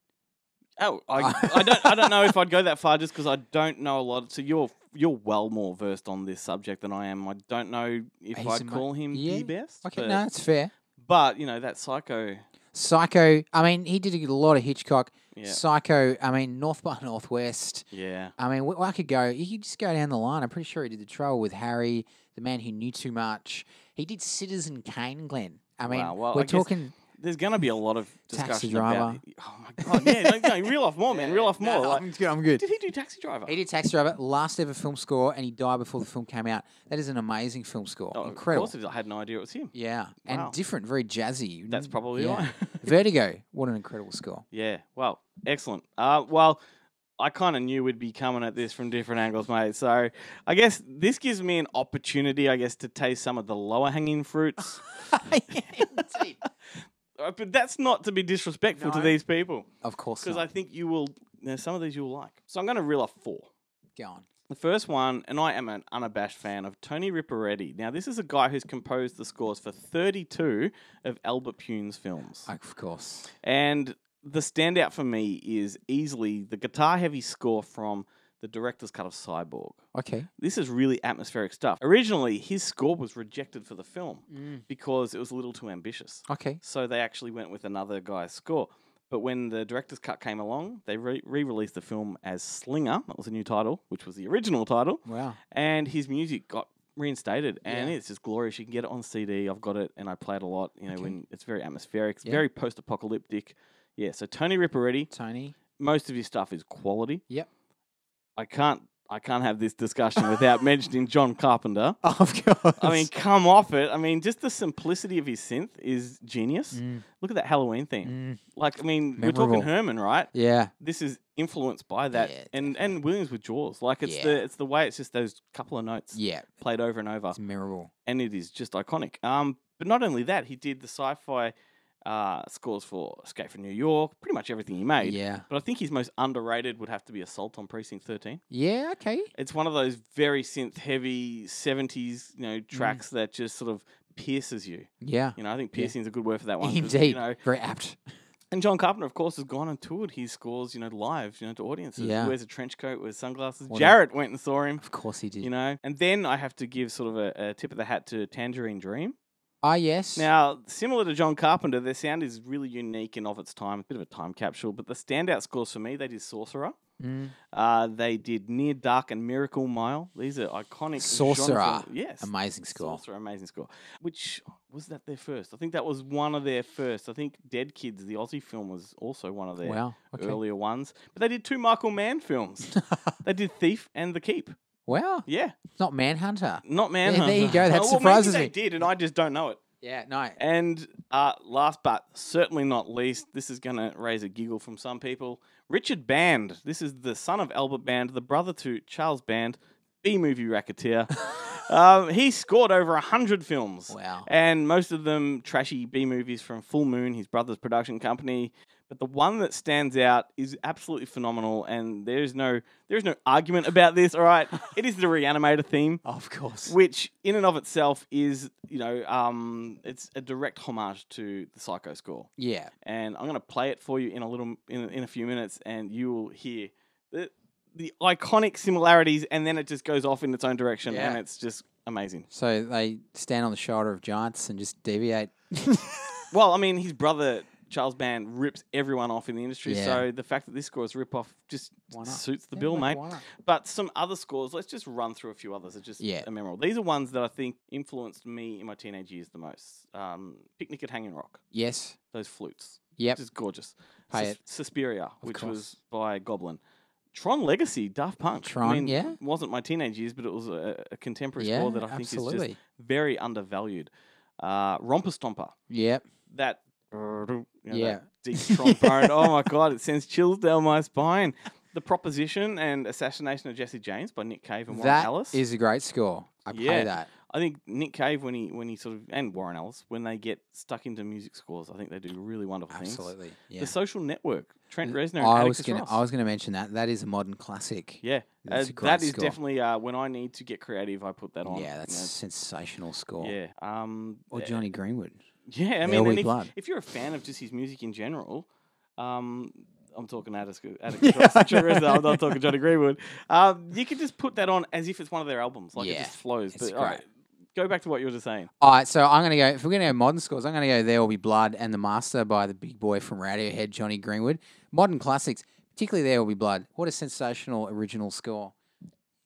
Speaker 2: Oh, I, I don't I don't know if I'd go that far just because I don't know a lot. So you're you're well more versed on this subject than I am. I don't know if
Speaker 5: He's
Speaker 2: I'd
Speaker 5: ama-
Speaker 2: call him
Speaker 5: yeah.
Speaker 2: the best.
Speaker 5: Okay,
Speaker 2: but,
Speaker 5: no, it's fair.
Speaker 2: but you know that Psycho.
Speaker 5: Psycho. I mean, he did a lot of Hitchcock.
Speaker 2: Yeah.
Speaker 5: Psycho. I mean, North by Northwest.
Speaker 2: Yeah,
Speaker 5: I mean, w- I could go. You could just go down the line. I'm pretty sure he did the trial with Harry, the man who knew too much. He did Citizen Kane, Glenn. I mean,
Speaker 2: Wow, well,
Speaker 5: we're
Speaker 2: I guess-
Speaker 5: talking.
Speaker 2: there's going to be a lot of discussion
Speaker 5: Taxi Driver.
Speaker 2: about. Oh my god! Yeah, no, no, reel off more, man. Reel off more.
Speaker 5: No,
Speaker 2: like,
Speaker 5: I'm good. I'm good.
Speaker 2: did he do Taxi Driver?
Speaker 5: He did Taxi Driver, last ever film score, and he died before the film came out. That is an amazing film score.
Speaker 2: Oh,
Speaker 5: Incredible.
Speaker 2: Of course, I had no idea it was him.
Speaker 5: Yeah,
Speaker 2: Wow.
Speaker 5: and different, very jazzy.
Speaker 2: That's
Speaker 5: Mm,
Speaker 2: probably
Speaker 5: yeah.
Speaker 2: why.
Speaker 5: Vertigo. What an incredible score.
Speaker 2: Yeah. Well, excellent. Uh, well, I kind of knew we'd be coming at this from different angles, mate. So I guess this gives me an opportunity, I guess, to taste some of the lower hanging fruits.
Speaker 5: Indeed.
Speaker 2: Uh, but that's not to be disrespectful to
Speaker 5: No.
Speaker 2: these people,
Speaker 5: Of course.
Speaker 2: because
Speaker 5: not.
Speaker 2: I think you will. Now, some of these you'll like. So I'm going to reel off four.
Speaker 5: Go on.
Speaker 2: The first one, and I am an unabashed fan of Tony Ripperetti. Now, this is a guy who's composed the scores for 32 of Albert Pune's films.
Speaker 5: Of course.
Speaker 2: And the standout for me is easily the guitar heavy score from the director's cut of Cyborg.
Speaker 5: Okay.
Speaker 2: This is really atmospheric stuff. Originally, his score was rejected for the Mm. film because it was a little too ambitious.
Speaker 5: Okay.
Speaker 2: So they actually went with another guy's score. But when the director's cut came along, they re released the film as Slinger. That was a new title, which was the original title.
Speaker 5: Wow.
Speaker 2: And his music got reinstated, and
Speaker 5: Yeah.
Speaker 2: it's just glorious. You can get it on CD. I've got it, and I play it a lot. You know,
Speaker 5: Okay.
Speaker 2: when it's very atmospheric, it's
Speaker 5: Yeah.
Speaker 2: very post-apocalyptic. Yeah. So Tony Ripperetti,
Speaker 5: Tony.
Speaker 2: most of his stuff is quality.
Speaker 5: Yep.
Speaker 2: I can't. I can't have this discussion without mentioning John Carpenter.
Speaker 5: Oh, of course.
Speaker 2: I mean, come off it. I mean, just the simplicity of his synth is genius.
Speaker 5: Mm,
Speaker 2: Look at that Halloween theme.
Speaker 5: mm.
Speaker 2: Like, I mean, we're
Speaker 5: Memorable.
Speaker 2: talking Herman, right?
Speaker 5: yeah.
Speaker 2: This is influenced by that,
Speaker 5: Yeah,
Speaker 2: and and Williams with Jaws. Like, it's
Speaker 5: Yeah.
Speaker 2: the it's the way it's just those couple of notes
Speaker 5: Yeah.
Speaker 2: played over and over,
Speaker 5: It's memorable.
Speaker 2: and it is just iconic. Um, but not only that, he did the sci-fi uh, scores for Escape from New York, pretty much everything he made.
Speaker 5: Yeah.
Speaker 2: But I think his most underrated would have to be Assault on Precinct 13.
Speaker 5: Yeah. Okay.
Speaker 2: It's one of those very synth heavy 70s, you know,
Speaker 5: Mm.
Speaker 2: tracks that just sort of pierces you.
Speaker 5: Yeah.
Speaker 2: You know, I think
Speaker 5: Yeah.
Speaker 2: piercing's a good word for that one. 'cause,
Speaker 5: Indeed.
Speaker 2: You know,
Speaker 5: Very apt.
Speaker 2: and John Carpenter, of course, has gone and toured his scores, you know, live, you know, to audiences.
Speaker 5: Yeah.
Speaker 2: He wears a trench coat with sunglasses.
Speaker 5: What a-
Speaker 2: Jarrett went and saw him,
Speaker 5: Of course he did.
Speaker 2: you know. And then I have to give sort of a, a tip of the hat to Tangerine Dream.
Speaker 5: ah, yes.
Speaker 2: Now, similar to John Carpenter, their sound is really unique and of its time, a bit of a time capsule. But the standout scores for me, they did Sorcerer.
Speaker 5: Mm.
Speaker 2: Uh, they did Near Dark and Miracle Mile. These are iconic. genre
Speaker 5: Sorcerer.
Speaker 2: film- Yes.
Speaker 5: Amazing score.
Speaker 2: Sorcerer, amazing score. Which was that their first? I think that was one of their first. I think Dead Kids, the Aussie film, was also one of their
Speaker 5: Wow. Okay.
Speaker 2: earlier ones. But they did two Michael Mann films. they did Thief and The Keep.
Speaker 5: Wow.
Speaker 2: Yeah.
Speaker 5: It's not Manhunter.
Speaker 2: Not
Speaker 5: there you
Speaker 2: Manhunter.
Speaker 5: go, that
Speaker 2: well,
Speaker 5: surprises
Speaker 2: maybe
Speaker 5: me.
Speaker 2: They did, and I just don't know it.
Speaker 5: Yeah. No.
Speaker 2: And uh, last but certainly not least, this is going to raise a giggle from some people. Richard Band. This is the son of Albert Band, the brother to Charles Band, B movie racketeer. um, he scored over 100 films.
Speaker 5: Wow.
Speaker 2: And most of them trashy B movies from Full Moon, his brother's production company. But the one that stands out is absolutely phenomenal, and there's no there's no argument about this. All right, it is the Reanimator theme
Speaker 5: Of course.
Speaker 2: which in and of itself is you know um, it's a direct homage to the Psycho score,
Speaker 5: Yeah.
Speaker 2: and I'm going to play it for you in a little in, in a few minutes, and you will hear the, the iconic similarities, and then it just goes off in its own direction, and
Speaker 5: Yeah.
Speaker 2: it's just amazing.
Speaker 5: So they stand on the shoulder of giants and just deviate.
Speaker 2: Well, I mean, his brother Charles Band rips everyone off in the industry,
Speaker 5: Yeah.
Speaker 2: so the fact that this score is rip off just
Speaker 5: Why not?
Speaker 2: suits the
Speaker 5: Yeah,
Speaker 2: bill,
Speaker 5: look,
Speaker 2: mate.
Speaker 5: why not?
Speaker 2: But some other scores, let's just run through a few others. It's just
Speaker 5: Yeah.
Speaker 2: yeah. memorable. These are ones that I think influenced me in my teenage years the most. Um, Picnic at Hanging Rock,
Speaker 5: Yes.
Speaker 2: those flutes,
Speaker 5: Yep.
Speaker 2: just gorgeous.
Speaker 5: Pay
Speaker 2: Sus-
Speaker 5: it.
Speaker 2: Suspiria, which
Speaker 5: course.
Speaker 2: was by Goblin. Tron Legacy, Daft Punk.
Speaker 5: Tron,
Speaker 2: I mean,
Speaker 5: yeah.
Speaker 2: it wasn't my teenage years, but it was a, a contemporary
Speaker 5: Yeah.
Speaker 2: score that I think is
Speaker 5: absolutely.
Speaker 2: just very undervalued. Uh, Romper Stomper,
Speaker 5: Yep.
Speaker 2: that. you know,
Speaker 5: Yeah.
Speaker 2: that deep trombone. oh my god, it sends chills down my spine. The Proposition and Assassination of Jesse James by Nick Cave and Warren
Speaker 5: That
Speaker 2: Ellis.
Speaker 5: is a great score. I play
Speaker 2: Yeah.
Speaker 5: that.
Speaker 2: I think Nick Cave when he when he sort of and Warren Ellis when they get stuck into music scores, I think they do really wonderful things.
Speaker 5: Absolutely. Yeah.
Speaker 2: The Social Network, Trent Reznor. And
Speaker 5: I was
Speaker 2: Atticus
Speaker 5: gonna
Speaker 2: Ross.
Speaker 5: I was gonna mention that. That is a modern classic.
Speaker 2: yeah, uh,
Speaker 5: That's a great
Speaker 2: that is
Speaker 5: score.
Speaker 2: definitely uh, when I need to get creative. I put that on.
Speaker 5: Yeah, that's a
Speaker 2: you
Speaker 5: sensational score.
Speaker 2: know. yeah. Um,
Speaker 5: Or
Speaker 2: uh,
Speaker 5: Johnny Greenwood.
Speaker 2: Yeah, I
Speaker 5: There
Speaker 2: mean,
Speaker 5: We
Speaker 2: and if,
Speaker 5: Blood.
Speaker 2: if you're a fan of just his music in general, um, I'm talking Atticus,
Speaker 5: Yeah,
Speaker 2: Atticus Ross,
Speaker 5: I
Speaker 2: Trent
Speaker 5: know.
Speaker 2: Reznor, I'm not talking Johnny Greenwood. Um, you can just put that on as if it's one of their albums, like
Speaker 5: Yeah,
Speaker 2: it just flows.
Speaker 5: it's
Speaker 2: But all right, go back to what you were just saying.
Speaker 5: All right, so I'm gonna go. If we're gonna go modern scores, I'm gonna go. There will be blood and the master by the big boy from Radiohead, Johnny Greenwood. Modern classics, particularly there will be blood. What a sensational original score!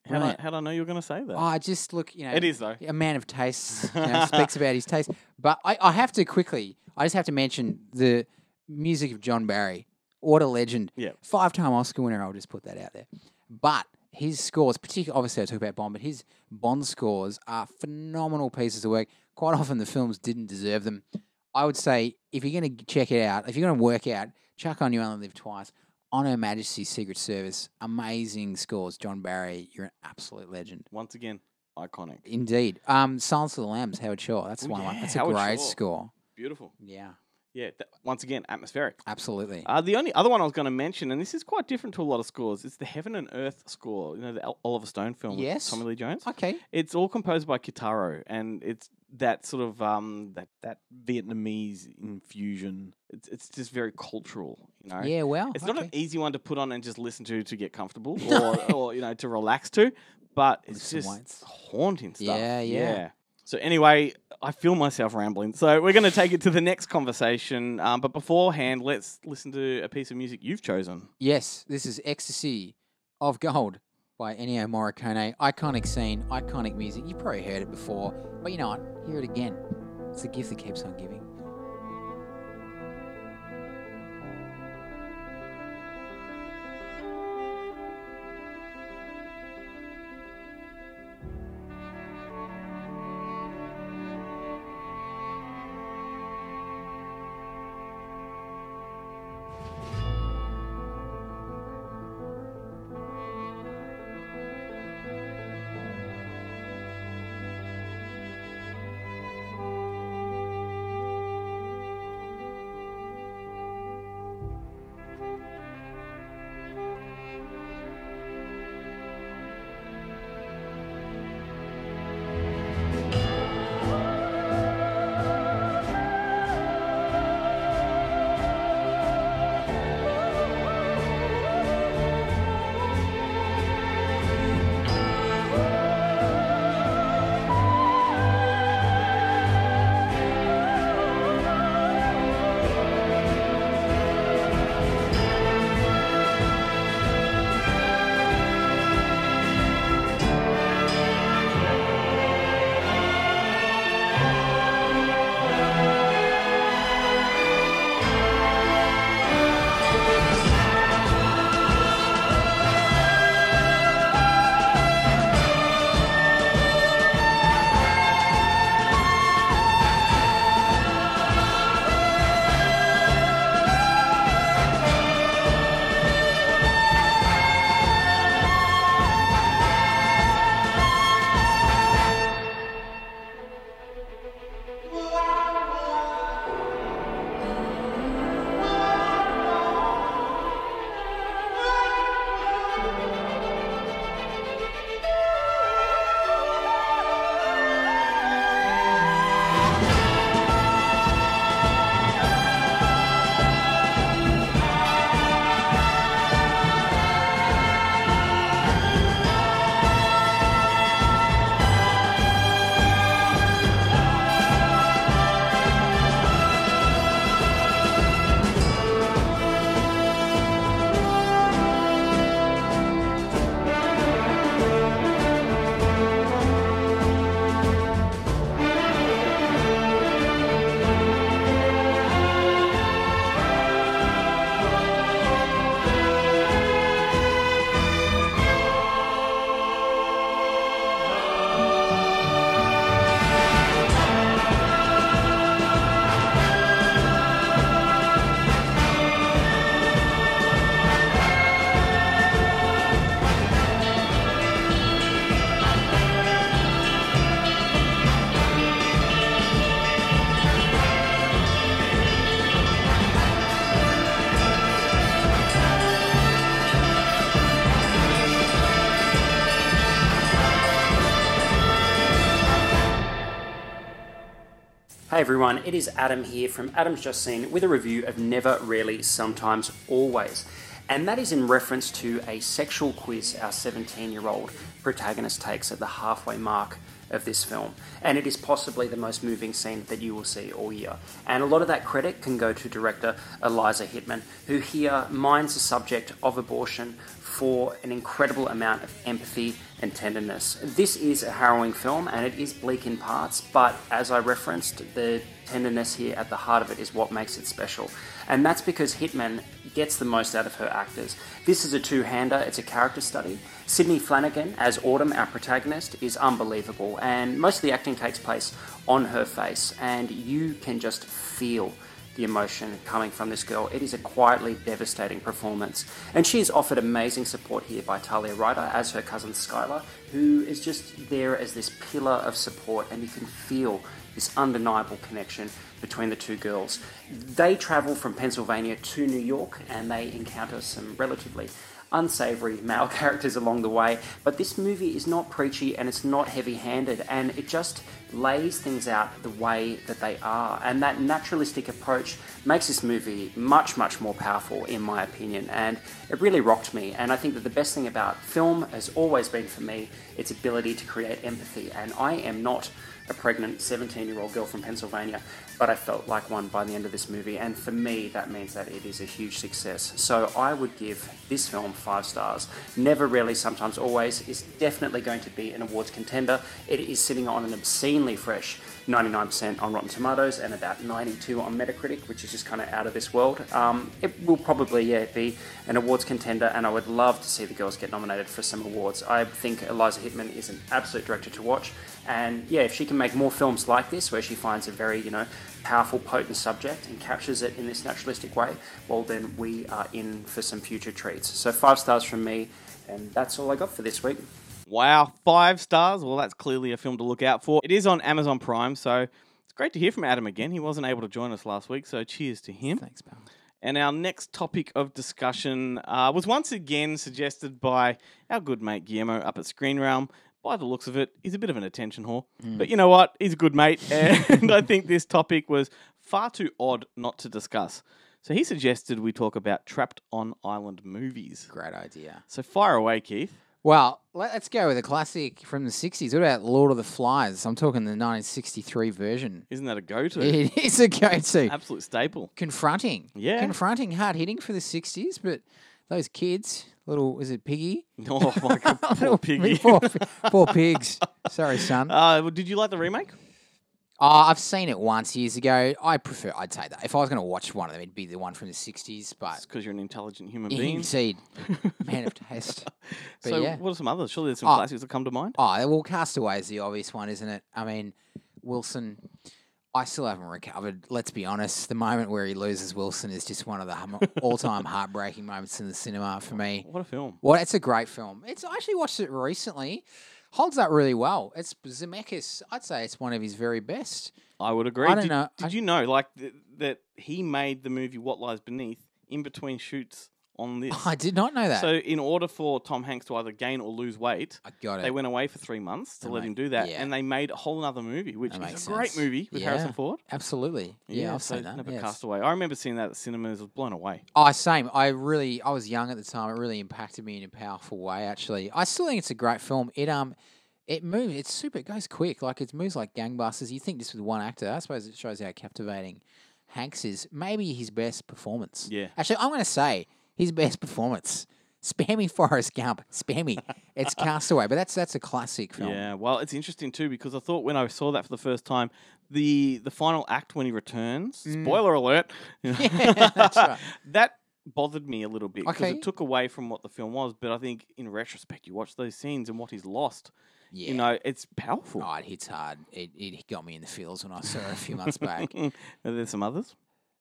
Speaker 2: How
Speaker 5: Brilliant.
Speaker 2: did I, how'd I know you were going to say that?
Speaker 5: Oh, I just look, you know,
Speaker 2: it is though.
Speaker 5: a man of taste. You know, speaks about his taste, but I, I have to quickly. I just have to mention the music of John Barry. What a legend!
Speaker 2: Yeah.
Speaker 5: five-time Oscar winner. I'll just put that out there. But his scores, particularly obviously I talk about Bond, but his Bond scores are phenomenal pieces of work. Quite often the films didn't deserve them. I would say if you're going to check it out, if you're going to work out, chuck on You Only Live Twice, on Her Majesty's Secret Service, amazing scores. John Barry, you're an absolute legend.
Speaker 2: Once again, iconic.
Speaker 5: Indeed. Um, Silence of the Lambs, Howard Shaw. That's
Speaker 2: Oh,
Speaker 5: one. of my-
Speaker 2: yeah,
Speaker 5: That's a
Speaker 2: Howard
Speaker 5: great
Speaker 2: Shore.
Speaker 5: score.
Speaker 2: Beautiful.
Speaker 5: Yeah,
Speaker 2: Yeah. That, once again, atmospheric.
Speaker 5: absolutely.
Speaker 2: Uh, the only other one I was going to mention, and this is quite different to a lot of scores, it's the Heaven and Earth score. You know, the Ol- Oliver Stone film
Speaker 5: Yes.
Speaker 2: with Tommy Lee Jones.
Speaker 5: okay.
Speaker 2: It's all composed by Kitaro, and it's that sort of um, that that Vietnamese infusion. It's it's just very cultural, you know.
Speaker 5: Yeah, well.
Speaker 2: It's
Speaker 5: okay.
Speaker 2: not an easy one to put on and just listen to to get comfortable or, or you know to relax to, but it's
Speaker 5: Listen
Speaker 2: just
Speaker 5: once.
Speaker 2: haunting stuff.
Speaker 5: Yeah, yeah.
Speaker 2: So anyway, I feel myself rambling. So we're going to take it to the next conversation. Um, but beforehand, let's listen to a piece of music you've chosen.
Speaker 5: Yes, this is Ecstasy of Gold by Ennio Morricone. Iconic scene, iconic music. You've probably heard it before, but you know what? Hear it again. It's the gift that keeps on giving.
Speaker 10: Hey everyone, it is Adam here from Adam's Just Seen with a review of Never, Rarely, Sometimes, Always. And that is in reference to a sexual quiz our 17 year old protagonist takes at the halfway mark of this film. And it is possibly the most moving scene that you will see all year. And a lot of that credit can go to director Eliza Hittman, who here mines the subject of abortion for an incredible amount of empathy and tenderness. This is a harrowing film and it is bleak in parts, but as I referenced, the tenderness here at the heart of it is what makes it special. And that's because Hitman gets the most out of her actors. This is a two hander, it's a character study. Sydney Flanagan, as Autumn, our protagonist, is unbelievable, and most of the acting takes place on her face, and you can just feel the emotion coming from this girl. It is a quietly devastating performance. And she is offered amazing support here by Talia Ryder as her cousin Skylar, who is just there as this pillar of support, and you can feel this undeniable connection between the two girls. They travel from Pennsylvania to New York and they encounter some relatively unsavory male characters along the way. But this movie is not preachy and it's not heavy handed, and it just lays things out the way that they are. And that naturalistic approach makes this movie much, much more powerful, in my opinion. And it really rocked me. And I think that the best thing about film has always been for me its ability to create empathy. And I am not a pregnant 17 year old girl from Pennsylvania, but I felt like one by the end of this movie. And for me, that means that it is a huge success. So I would give this film five stars. Never Really, Sometimes Always is definitely going to be an awards contender. It is sitting on an obscenely fresh 99% on Rotten Tomatoes and about 92 on Metacritic, which is just kind of out of this world. Um, it will probably yeah be an awards contender, and I would love to see the girls get nominated for some awards. I think Eliza Hittman is an absolute director to watch, and yeah, if she can make more films like this, where she finds a very you know powerful, potent subject and captures it in this naturalistic way, well then we are in for some future treats. So five stars from me, and that's all I got for this week.
Speaker 2: Wow, five stars. Well, that's clearly a film to look out for. It is on Amazon Prime, so it's great to hear from Adam again. He wasn't able to join us last week, so cheers to him. Thanks,
Speaker 5: pal.
Speaker 2: And our next topic of discussion uh, was once again suggested by our good mate Guillermo up at Screen Realm. By the looks of it, he's a bit of an attention whore,
Speaker 11: Mm.
Speaker 2: but you know what? He's a good mate, and I think this topic was far too odd not to discuss. So he suggested we talk about trapped on island movies.
Speaker 5: Great idea.
Speaker 2: So fire away, Keith.
Speaker 5: Well, let- let's go with a classic from the 60s. What about Lord of the Flies? I'm talking the 1963 version.
Speaker 2: Isn't that a go-to?
Speaker 5: It is a go-to.
Speaker 2: Absolute staple.
Speaker 5: Confronting.
Speaker 2: Yeah.
Speaker 5: Confronting, hard-hitting for the 60s, but those kids, little, is it Piggy?
Speaker 2: Oh, my God, poor
Speaker 5: Little-
Speaker 2: Piggy.
Speaker 5: poor, poor pigs. Sorry, son.
Speaker 2: Uh, well, did you like the remake?
Speaker 5: Uh, I've seen it once years ago. I prefer, I'd say that. If I was going to watch one of them, it'd be the one from the 60s, but...
Speaker 2: Because you're an intelligent human being.
Speaker 5: Indeed. Man of taste. But
Speaker 2: so
Speaker 5: yeah.
Speaker 2: what are some others? Surely there's some
Speaker 5: Oh.
Speaker 2: classics that come to mind.
Speaker 5: Oh, well, Castaway is the obvious one, isn't it? I mean, Wilson, I still haven't recovered. Let's be honest. The moment where he loses Wilson is just one of the hum- all time heartbreaking moments in the cinema for me.
Speaker 2: What a film.
Speaker 5: Well, it's a great film. It's I actually watched it recently. Holds up really well. It's Zemeckis. I'd say it's one of his very best.
Speaker 2: I would agree.
Speaker 5: I don't
Speaker 2: did,
Speaker 5: know.
Speaker 2: Did you know, like, th- that he made the movie What Lies Beneath in between shoots on this?
Speaker 5: I did not know that.
Speaker 2: So, in order for Tom Hanks to either gain or lose weight,
Speaker 5: I got
Speaker 2: they
Speaker 5: it.
Speaker 2: went away for three months to
Speaker 5: That
Speaker 2: let
Speaker 5: make-
Speaker 2: him do that,
Speaker 5: yeah.
Speaker 2: and they made a whole other movie, which
Speaker 5: That makes
Speaker 2: is a great
Speaker 5: sense.
Speaker 2: movie with
Speaker 5: Yeah,
Speaker 2: Harrison Ford.
Speaker 5: Absolutely. Yeah, I've
Speaker 2: so
Speaker 5: seen that.
Speaker 2: no, but
Speaker 5: yes.
Speaker 2: Castaway. I remember seeing that at the cinemas. I was blown away.
Speaker 5: Oh, same. I really, I was young at the time. It really impacted me in a powerful way. Actually, I still think it's a great film. It um, it moves. It's super. It goes quick. Like it moves like gangbusters. You think just with one actor. I suppose it shows how captivating Hanks is. Maybe his best performance.
Speaker 2: Yeah.
Speaker 5: Actually, I'm going to say his best performance. Spammy Forrest Gump. Spammy. it's Castaway, but that's that's a classic film.
Speaker 2: Yeah, well, it's interesting too because I thought when I saw that for the first time, the the final act when he returns,
Speaker 5: Mm.
Speaker 2: spoiler alert,
Speaker 5: that's right.
Speaker 2: that bothered me a little bit because
Speaker 5: Okay.
Speaker 2: it took away from what the film was. But I think in retrospect, you watch those scenes and what he's lost,
Speaker 5: Yeah.
Speaker 2: you know, it's powerful.
Speaker 5: Oh, it hits hard. It, it got me in the feels when I saw it a few months back.
Speaker 2: Are there some others?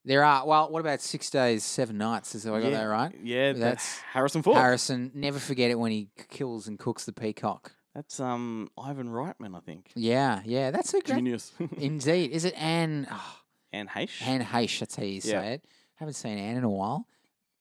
Speaker 5: There are. Well, what about six days, seven nights? Is that I got
Speaker 2: Yeah,
Speaker 5: that right?
Speaker 2: yeah, that Harrison Ford.
Speaker 5: Harrison. Never forget it when he c- kills and cooks the peacock.
Speaker 2: That's um Ivan Reitman, I think.
Speaker 5: Yeah, yeah, that's a great,
Speaker 2: Genius.
Speaker 5: indeed. Is it Anne? Oh,
Speaker 2: Anne Heche.
Speaker 5: Anne Heche. That's how you say
Speaker 2: Yeah.
Speaker 5: it. Haven't seen Anne in a while.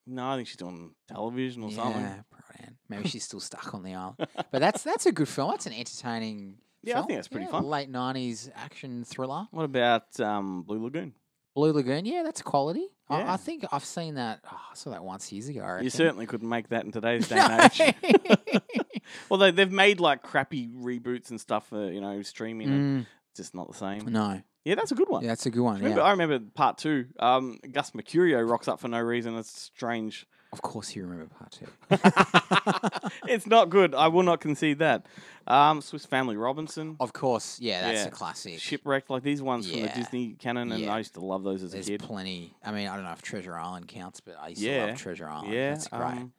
Speaker 2: No, I think she's on television or
Speaker 5: yeah,
Speaker 2: something.
Speaker 5: probably Anne. Maybe she's still stuck on the island. But that's that's a good film. That's an entertaining.
Speaker 2: Yeah, I
Speaker 5: film.
Speaker 2: think that's pretty
Speaker 5: Yeah,
Speaker 2: fun.
Speaker 5: Late nineties action thriller.
Speaker 2: What about um Blue Lagoon?
Speaker 5: Blue Lagoon. Yeah, that's quality. I,
Speaker 2: Yeah.
Speaker 5: I think I've seen that. oh, I saw that once years ago. I reckon.
Speaker 2: You certainly couldn't make that in today's day and age. Although they've made like crappy reboots and stuff for you know streaming, and
Speaker 5: Mm.
Speaker 2: just not the same.
Speaker 5: No.
Speaker 2: Yeah, that's a good one.
Speaker 5: Yeah, that's a good one.
Speaker 2: Remember,
Speaker 5: yeah.
Speaker 2: I remember part two. Um, Gus Mercurio rocks up for no reason. It's strange.
Speaker 5: Of course, you remember part two.
Speaker 2: It's not good. I will not concede that. Um, Swiss Family Robinson.
Speaker 5: Of course, yeah, that's a
Speaker 2: Yeah.
Speaker 5: classic.
Speaker 2: Shipwrecked, like these ones from the
Speaker 5: Yeah.
Speaker 2: Disney canon, and
Speaker 5: Yeah.
Speaker 2: I used to love those as
Speaker 5: There's
Speaker 2: a kid.
Speaker 5: plenty. I mean, I don't know if Treasure Island counts, but I used to
Speaker 2: yeah,
Speaker 5: love Treasure Island.
Speaker 2: Yeah,
Speaker 5: oh, that's great.
Speaker 2: um,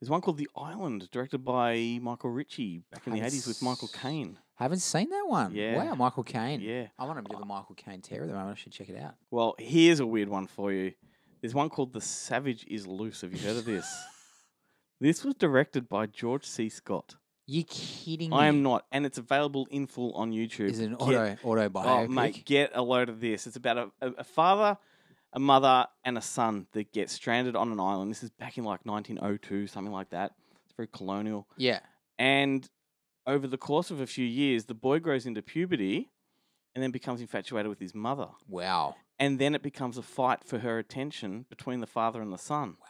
Speaker 2: there's one called The Island, directed by Michael Ritchie back in the
Speaker 5: Haven't
Speaker 2: 80s with Michael Caine.
Speaker 5: Haven't seen that one.
Speaker 2: Yeah.
Speaker 5: Wow, Michael Caine.
Speaker 2: Yeah.
Speaker 5: I want to do the Michael Caine tear at the moment. I should check it out.
Speaker 2: Well, here's a weird one for you. There's one called The Savage is Loose. Have you heard of this? this was directed by George C. Scott.
Speaker 5: You kidding
Speaker 2: I am
Speaker 5: me.
Speaker 2: not, and it's available in full on YouTube.
Speaker 5: Mm. Is it an
Speaker 2: Get-
Speaker 5: auto
Speaker 2: Oh,
Speaker 5: autobiopic?
Speaker 2: mate, get a load of this. It's about a, a, a father, a mother, and a son that get stranded on an island. This is back in like 1902, something like that. It's very colonial.
Speaker 5: Yeah.
Speaker 2: And over the course of a few years, the boy grows into puberty and then becomes infatuated with his mother.
Speaker 5: Wow.
Speaker 2: And then it becomes a fight for her attention between the father and the son. Wow.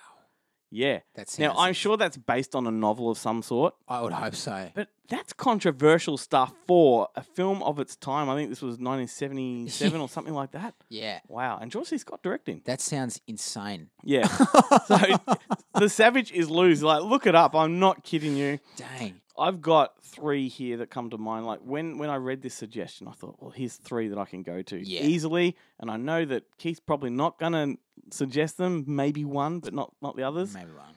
Speaker 2: Yeah.
Speaker 5: That
Speaker 2: now,
Speaker 5: sounds-
Speaker 2: I'm sure that's based on a novel of some sort.
Speaker 5: I would hope so.
Speaker 2: But that's controversial stuff for a film of its time. I think this was 1977 or something like that.
Speaker 5: Yeah.
Speaker 2: Wow. And George C. Scott directing.
Speaker 5: That sounds insane.
Speaker 2: Yeah. so the Savage is loose. Like, look it up. I'm not kidding you.
Speaker 5: Dang.
Speaker 2: I've got three here that come to mind. Like when when I read this suggestion, I thought, well, here's three that I can go to
Speaker 5: Yeah.
Speaker 2: easily. And I know that Keith's probably not gonna suggest them. Maybe one, but not not the others.
Speaker 5: Maybe one.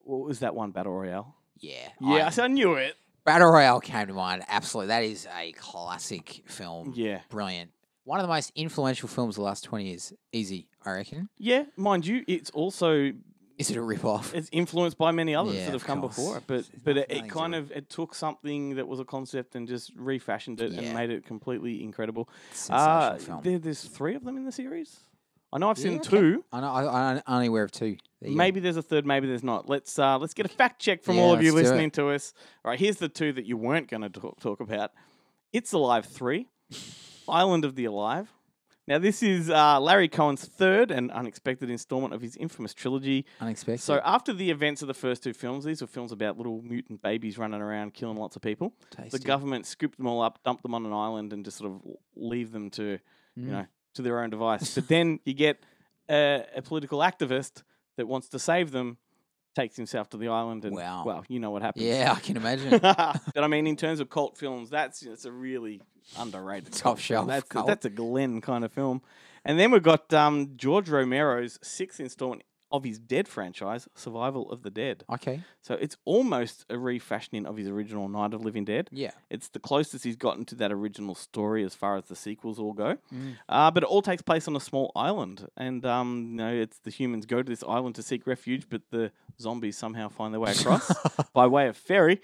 Speaker 2: What was that one battle royale?
Speaker 5: Yeah. I-
Speaker 2: Yes, I, knew it.
Speaker 5: Battle Royale came to mind. Absolutely. That is a classic film.
Speaker 2: Yeah,
Speaker 5: Brilliant. One of the most influential films of the last 20 years. Easy, I reckon.
Speaker 2: yeah. Mind you, it's also
Speaker 5: Is it a rip-off?
Speaker 2: it's influenced by many others
Speaker 5: Yeah,
Speaker 2: that
Speaker 5: of
Speaker 2: have come
Speaker 5: course.
Speaker 2: before it. But
Speaker 5: There's
Speaker 2: but it,
Speaker 5: nothing
Speaker 2: it kind of it took something that was a concept and just refashioned it
Speaker 5: Yeah.
Speaker 2: and made it completely incredible.
Speaker 5: Sensational
Speaker 2: Uh,
Speaker 5: film.
Speaker 2: there, there's three of them in the series. I know I've seen
Speaker 5: Yeah, okay.
Speaker 2: two.
Speaker 5: I know, I, I'm only aware of two. There you go.
Speaker 2: Maybe there's a third, maybe there's not. Let's uh, let's get a fact check from
Speaker 5: Yeah,
Speaker 2: all of you
Speaker 5: let's do it.
Speaker 2: listening to us. All right, here's the two that you weren't going to talk, talk about. It's Alive 3, Island of the Alive. Now, this is uh, Larry Cohen's third and unexpected installment of his infamous trilogy.
Speaker 5: Unexpected.
Speaker 2: So, uh, after the events of the first two films, these were films about little mutant babies running around killing lots of people.
Speaker 5: Tasty.
Speaker 2: The government scooped them all up, dumped them on an island, and just sort of leave them to, you
Speaker 5: Mm.
Speaker 2: know, to their own device. But then you get a, a political activist that wants to save them, takes himself to the island, and
Speaker 5: Wow.
Speaker 2: well, you know what happens.
Speaker 5: Yeah, I can imagine.
Speaker 2: but I mean, in terms of cult films, that's it's a really underrated
Speaker 5: Top
Speaker 2: cult film.
Speaker 5: shelf
Speaker 2: That's A,
Speaker 5: cult.
Speaker 2: that's a Glenn kind of film. And then we've got um, George Romero's sixth installment of his Dead franchise, Survival of the Dead.
Speaker 5: okay.
Speaker 2: So it's almost a refashioning of his original Night of Living Dead.
Speaker 5: Yeah.
Speaker 2: It's the closest he's gotten to that original story as far as the sequels all go.
Speaker 5: Mm.
Speaker 2: Uh, but it all takes place on a small island. And, um, you know, it's the humans go to this island to seek refuge, but the zombies somehow find their way across by way of ferry.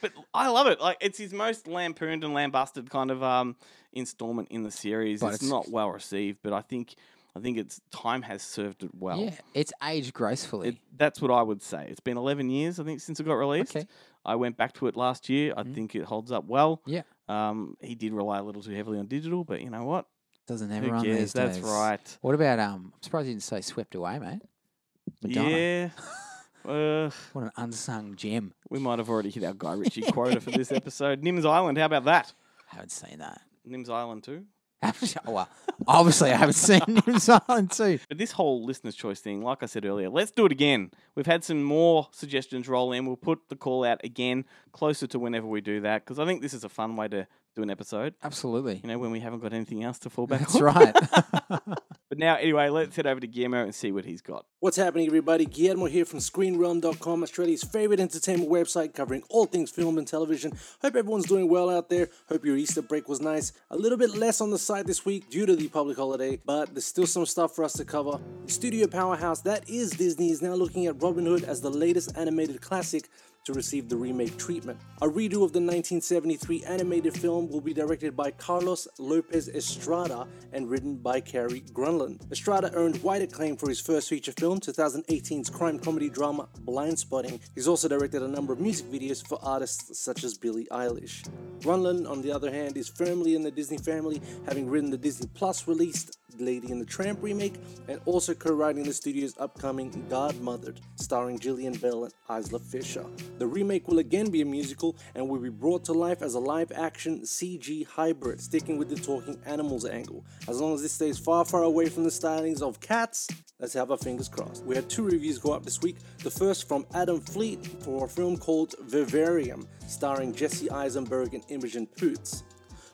Speaker 2: but I love it. Like, it's his most lampooned and lambasted kind of um, installment in the series.
Speaker 5: But
Speaker 2: it's,
Speaker 5: it's-
Speaker 2: not well received, but I think. I think it's time has served it well.
Speaker 5: yeah, it's aged gracefully.
Speaker 2: It, that's what I would say. It's been 11 years, I think, since it got released.
Speaker 5: Okay.
Speaker 2: I went back to it last year. I
Speaker 5: Mm.
Speaker 2: think it holds up well.
Speaker 5: yeah.
Speaker 2: Um, he did rely a little too heavily on digital, but you know what?
Speaker 5: Doesn't
Speaker 2: Who
Speaker 5: everyone
Speaker 2: cares?
Speaker 5: these
Speaker 2: That's
Speaker 5: days?
Speaker 2: right.
Speaker 5: What about um? I'm surprised you didn't say swept away, mate. Madonna.
Speaker 2: Yeah. uh,
Speaker 5: What an unsung gem.
Speaker 2: we might have already hit our Guy Ritchie quota for this episode. Nims Island, how about that?
Speaker 5: haven't seen that.
Speaker 2: Nims Island too.
Speaker 5: well, obviously I haven't seen Nim's Island too.
Speaker 2: But this whole listener's choice thing, like I said earlier, let's do it again. We've had some more suggestions roll in. We'll put the call out again closer to whenever we do that because I think this is a fun way to do an episode.
Speaker 5: Absolutely.
Speaker 2: You know, when we haven't got anything else to fall back
Speaker 5: That's
Speaker 2: on.
Speaker 5: right.
Speaker 2: But now, anyway, let's head over to Guillermo and see what he's got.
Speaker 11: What's happening, everybody? Guillermo here from ScreenRealm.com, Australia's favorite entertainment website covering all things film and television. Hope everyone's doing well out there. Hope your Easter break was nice. A little bit less on the side this week due to the public holiday, but there's still some stuff for us to cover. The studio powerhouse that is Disney is now looking at Robin Hood as the latest animated classic to receive the remake treatment. A redo of the 1973 animated film will be directed by Carlos Lopez Estrada and written by Cary Grunland. Estrada earned wide acclaim for his first feature film, 2018's crime comedy drama Blind Spotting. He's also directed a number of music videos for artists such as Billie Eilish. Grunland, on the other hand, is firmly in the Disney family, having written the Disney Plus released Lady and the Tramp remake and also co-writing the studio's upcoming Godmothered, starring Gillian Bell and Isla Fisher. The remake will again be a musical and will be brought to life as a live-action CG hybrid, sticking with the talking animals angle. As long as this stays far, far away from the stylings of cats, let's have our fingers crossed. We had two reviews go up this week. The first from Adam Fleet for a film called Vivarium, starring Jesse Eisenberg and Imogen Poots.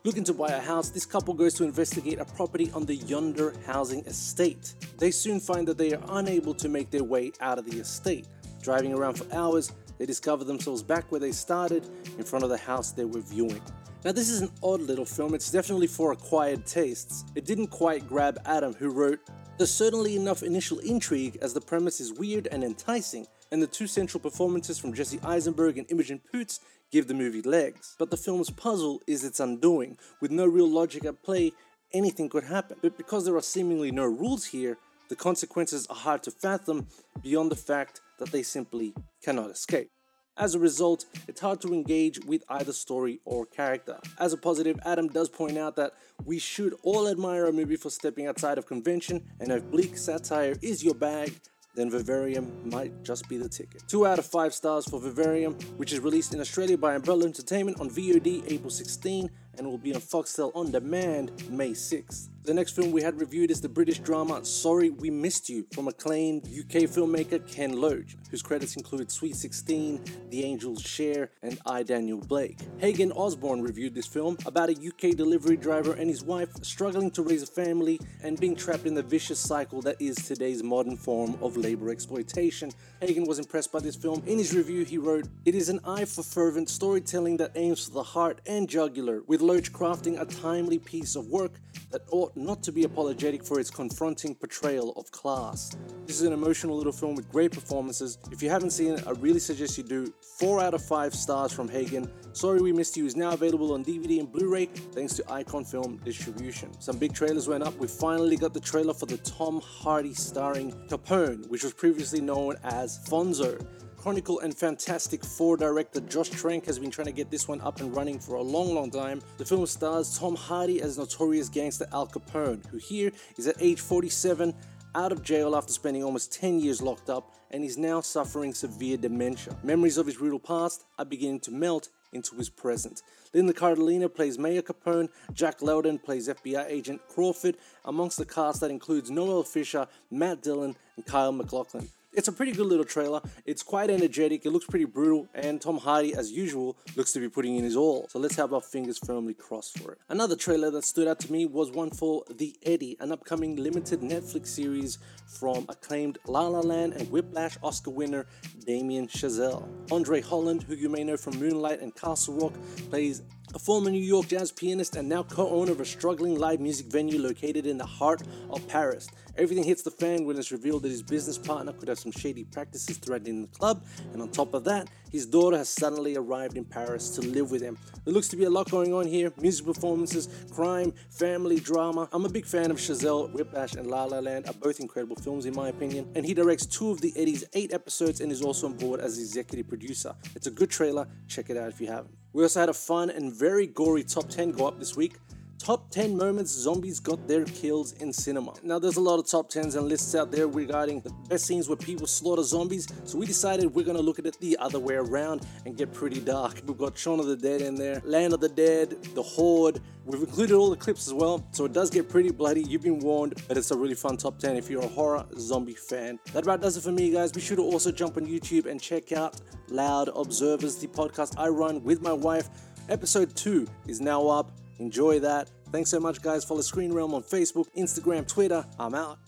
Speaker 11: Looking to buy a house, this couple goes to investigate a property on the Yonder housing estate. They soon find that they are unable to make their way out of the estate. Driving around for hours, they discover themselves back where they started, in front of the house they were viewing. Now, this is an odd little film, it's definitely for acquired tastes. It didn't quite grab Adam, who wrote, There's certainly enough initial intrigue as the premise is weird and enticing, and the two central performances from Jesse Eisenberg and Imogen Poots give the movie legs. But the film's puzzle is its undoing. With no real logic at play, anything could happen. But because there are seemingly no rules here, the consequences are hard to fathom beyond the fact that they simply cannot escape. As a result, it's hard to engage with either story or character. As a positive, Adam does point out that we should all admire a movie for stepping outside of convention, and if bleak satire is your bag, then Vivarium might just be the ticket. Two out of five stars for Vivarium, which is released in Australia by Umbrella Entertainment on VOD April 16 and will be on Foxtel on demand May 6th. The next film we had reviewed is the British drama Sorry We Missed You from acclaimed UK filmmaker Ken Loach, whose credits include Sweet 16, The Angel's Share, and I, Daniel Blake. Hagen Osborne reviewed this film about a UK delivery driver and his wife struggling to raise a family and being trapped in the vicious cycle that is today's modern form of labor exploitation. Hagen was impressed by this film. In his review, he wrote, It is an eye for fervent storytelling that aims for the heart and jugular, with Loach crafting a timely piece of work that ought not to be apologetic for its confronting portrayal of class. This is an emotional little film with great performances. If you haven't seen it, I really suggest you do. 4 out of 5 stars from Hagen. Sorry We Missed You is now available on DVD and Blu ray thanks to Icon Film Distribution. Some big trailers went up. We finally got the trailer for the Tom Hardy starring Capone, which was previously known as Fonzo. Chronicle and Fantastic Four director Josh Trank has been trying to get this one up and running for a long, long time. The film stars Tom Hardy as notorious gangster Al Capone, who here is at age 47, out of jail after spending almost 10 years locked up, and is now suffering severe dementia. Memories of his brutal past are beginning to melt into his present. Linda Cardellina plays Mayor Capone, Jack Loudon plays FBI agent Crawford, amongst the cast that includes Noel Fisher, Matt Dillon, and Kyle McLaughlin. It's a pretty good little trailer. It's quite energetic, it looks pretty brutal, and Tom Hardy, as usual, looks to be putting in his all. So let's have our fingers firmly crossed for it. Another trailer that stood out to me was one for The Eddie, an upcoming limited Netflix series from acclaimed La La Land and Whiplash Oscar winner Damien Chazelle. Andre Holland, who you may know from Moonlight and Castle Rock, plays a former New York jazz pianist and now co owner of a struggling live music venue located in the heart of Paris. Everything hits the fan when it's revealed that his business partner could have some shady practices threatening the club, and on top of that, his daughter has suddenly arrived in Paris to live with him. There looks to be a lot going on here music performances, crime, family, drama. I'm a big fan of Chazelle, Whiplash, and La La Land are both incredible films in my opinion, and he directs two of the Eddie's eight episodes and is also on board as executive producer. It's a good trailer, check it out if you haven't. We also had a fun and very gory top 10 go up this week. Top 10 moments zombies got their kills in cinema. Now, there's a lot of top 10s and lists out there regarding the best scenes where people slaughter zombies, so we decided we're gonna look at it the other way around and get pretty dark. We've got Shaun of the Dead in there, Land of the Dead, The Horde. We've included all the clips as well, so it does get pretty bloody. You've been warned, but it's a really fun top 10 if you're a horror zombie fan. That about does it for me, guys. Be sure to also jump on YouTube and check out Loud Observers, the podcast I run with my wife. Episode 2 is now up. Enjoy that. Thanks so much, guys. Follow Screen Realm on Facebook, Instagram, Twitter. I'm out.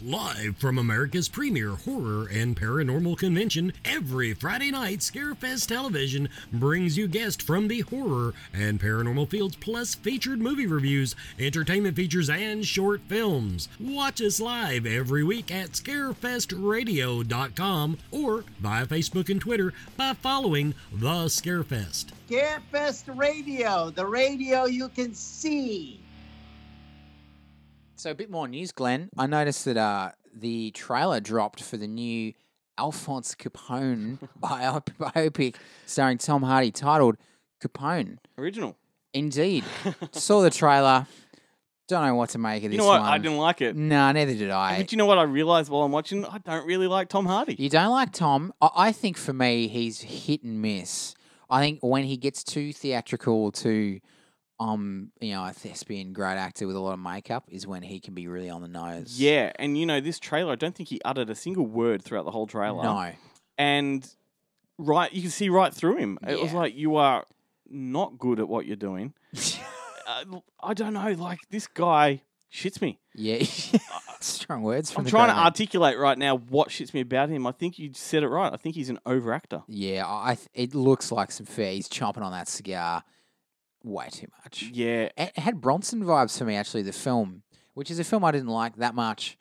Speaker 9: Live from America's premier horror and paranormal convention, every Friday night, Scarefest Television brings you guests from the horror and paranormal fields, plus featured movie reviews, entertainment features, and short films. Watch us live every week at scarefestradio.com or via Facebook and Twitter by following The Scarefest.
Speaker 12: Scarefest Radio, the radio you can see.
Speaker 5: So a bit more news, Glenn. I noticed that uh, the trailer dropped for the new Alphonse Capone bio- biopic starring Tom Hardy titled Capone.
Speaker 2: Original.
Speaker 5: Indeed. Saw the trailer. Don't know what to make of
Speaker 2: You
Speaker 5: this
Speaker 2: know what?
Speaker 5: one.
Speaker 2: I didn't like it.
Speaker 5: No, neither did I.
Speaker 2: But you know what I realized while I'm watching? I don't really like Tom Hardy.
Speaker 5: You don't like Tom. I, I think for me, he's hit and miss. I think when he gets too theatrical, too, um, you know, a thespian, great actor with a lot of makeup, is when he can be really on the nose.
Speaker 2: Yeah, and you know this trailer. I don't think he uttered a single word throughout the whole trailer.
Speaker 5: No.
Speaker 2: and right, you can see right through him. It was
Speaker 5: Yeah.
Speaker 2: like you are not good at what you're doing. uh, I don't know. Like this guy shits me.
Speaker 5: Yeah, strong words. From
Speaker 2: I'm
Speaker 5: the
Speaker 2: trying
Speaker 5: great
Speaker 2: to
Speaker 5: man.
Speaker 2: articulate right now what shits me about him. I think you said it right. I think he's an overactor.
Speaker 5: Yeah, I I th- it looks like some fair. He's chomping on that cigar way too much.
Speaker 2: Yeah.
Speaker 5: It it had Bronson vibes for me, actually, the film, which is a film I didn't like that much,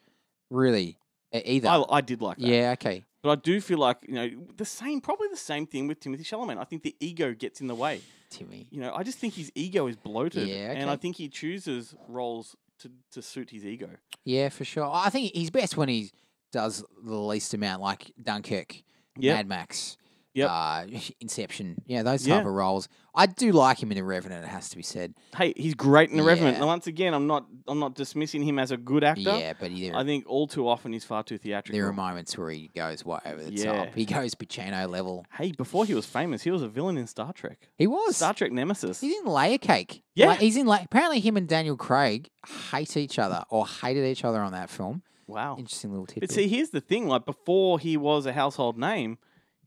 Speaker 5: really, e- either.
Speaker 2: I, I did like that.
Speaker 5: yeah, okay.
Speaker 2: But I do feel like you know the same, probably the same thing with Timothy Chalamet. I think the ego gets in the way.
Speaker 5: Timmy,
Speaker 2: you know, I just think his ego is bloated,
Speaker 5: Yeah,
Speaker 2: and I
Speaker 5: okay.
Speaker 2: think he chooses roles to, to suit his ego.
Speaker 5: Yeah, for sure. I think he's best when he does the least amount, like Dunkirk,
Speaker 2: Yep.
Speaker 5: Mad Max. uh, Inception. Yeah, those type
Speaker 2: Yeah.
Speaker 5: of roles. I do like him in The Revenant. It has to be said.
Speaker 2: Hey, he's great in The Revenant.
Speaker 5: Yeah.
Speaker 2: Now, once again, I'm not I'm not dismissing him as a good actor.
Speaker 5: Yeah, but he-
Speaker 2: I think all too often he's far too theatrical.
Speaker 5: There are moments where he goes way over the
Speaker 2: Yeah.
Speaker 5: top. He goes Pacino level.
Speaker 2: Hey, before he was famous, he was a villain in Star Trek.
Speaker 5: He was
Speaker 2: Star Trek Nemesis.
Speaker 5: He's in Layer Cake.
Speaker 2: Yeah.
Speaker 5: Like, he's in. Like, apparently, him and Daniel Craig hate each other or hated each other on that film.
Speaker 2: Wow.
Speaker 5: Interesting little tidbit.
Speaker 2: But see, here's the thing: like before he was a household name,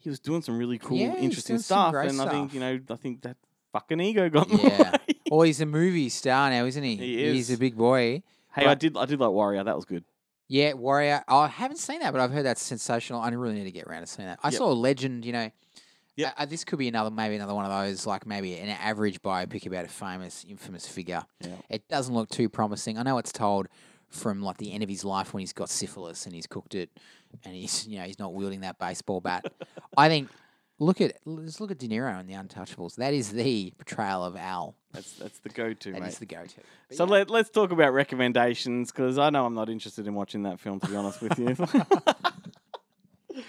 Speaker 2: he was doing some really cool,
Speaker 5: Yeah, he's
Speaker 2: interesting
Speaker 5: doing some
Speaker 2: stuff.
Speaker 5: great
Speaker 2: And I think you know, I think that fucking ego got me.
Speaker 5: yeah. Well, he's a movie star now, isn't he?
Speaker 2: He
Speaker 5: He's
Speaker 2: is.
Speaker 5: a big boy.
Speaker 2: Hey, I
Speaker 5: But-
Speaker 2: did, I did like Warrior. That was good.
Speaker 5: Yeah, Warrior. I haven't seen that, but I've heard that's sensational. I really need to get around to seeing that. I
Speaker 2: Yep.
Speaker 5: saw Legend. You know,
Speaker 2: yeah.
Speaker 5: uh, this could be another, maybe another one of those, like maybe an average biopic about a famous, infamous figure.
Speaker 2: Yeah.
Speaker 5: It doesn't look too promising. I know it's told from like the end of his life when he's got syphilis and he's cooked it, and he's you know he's not wielding that baseball bat. I think look at let's look at De Niro and the Untouchables. That is the portrayal of Al.
Speaker 2: That's that's the go-to.
Speaker 5: That
Speaker 2: mate.
Speaker 5: is the go-to.
Speaker 2: So let, let's talk about recommendations because I know I'm not interested in watching that film, to be honest with you.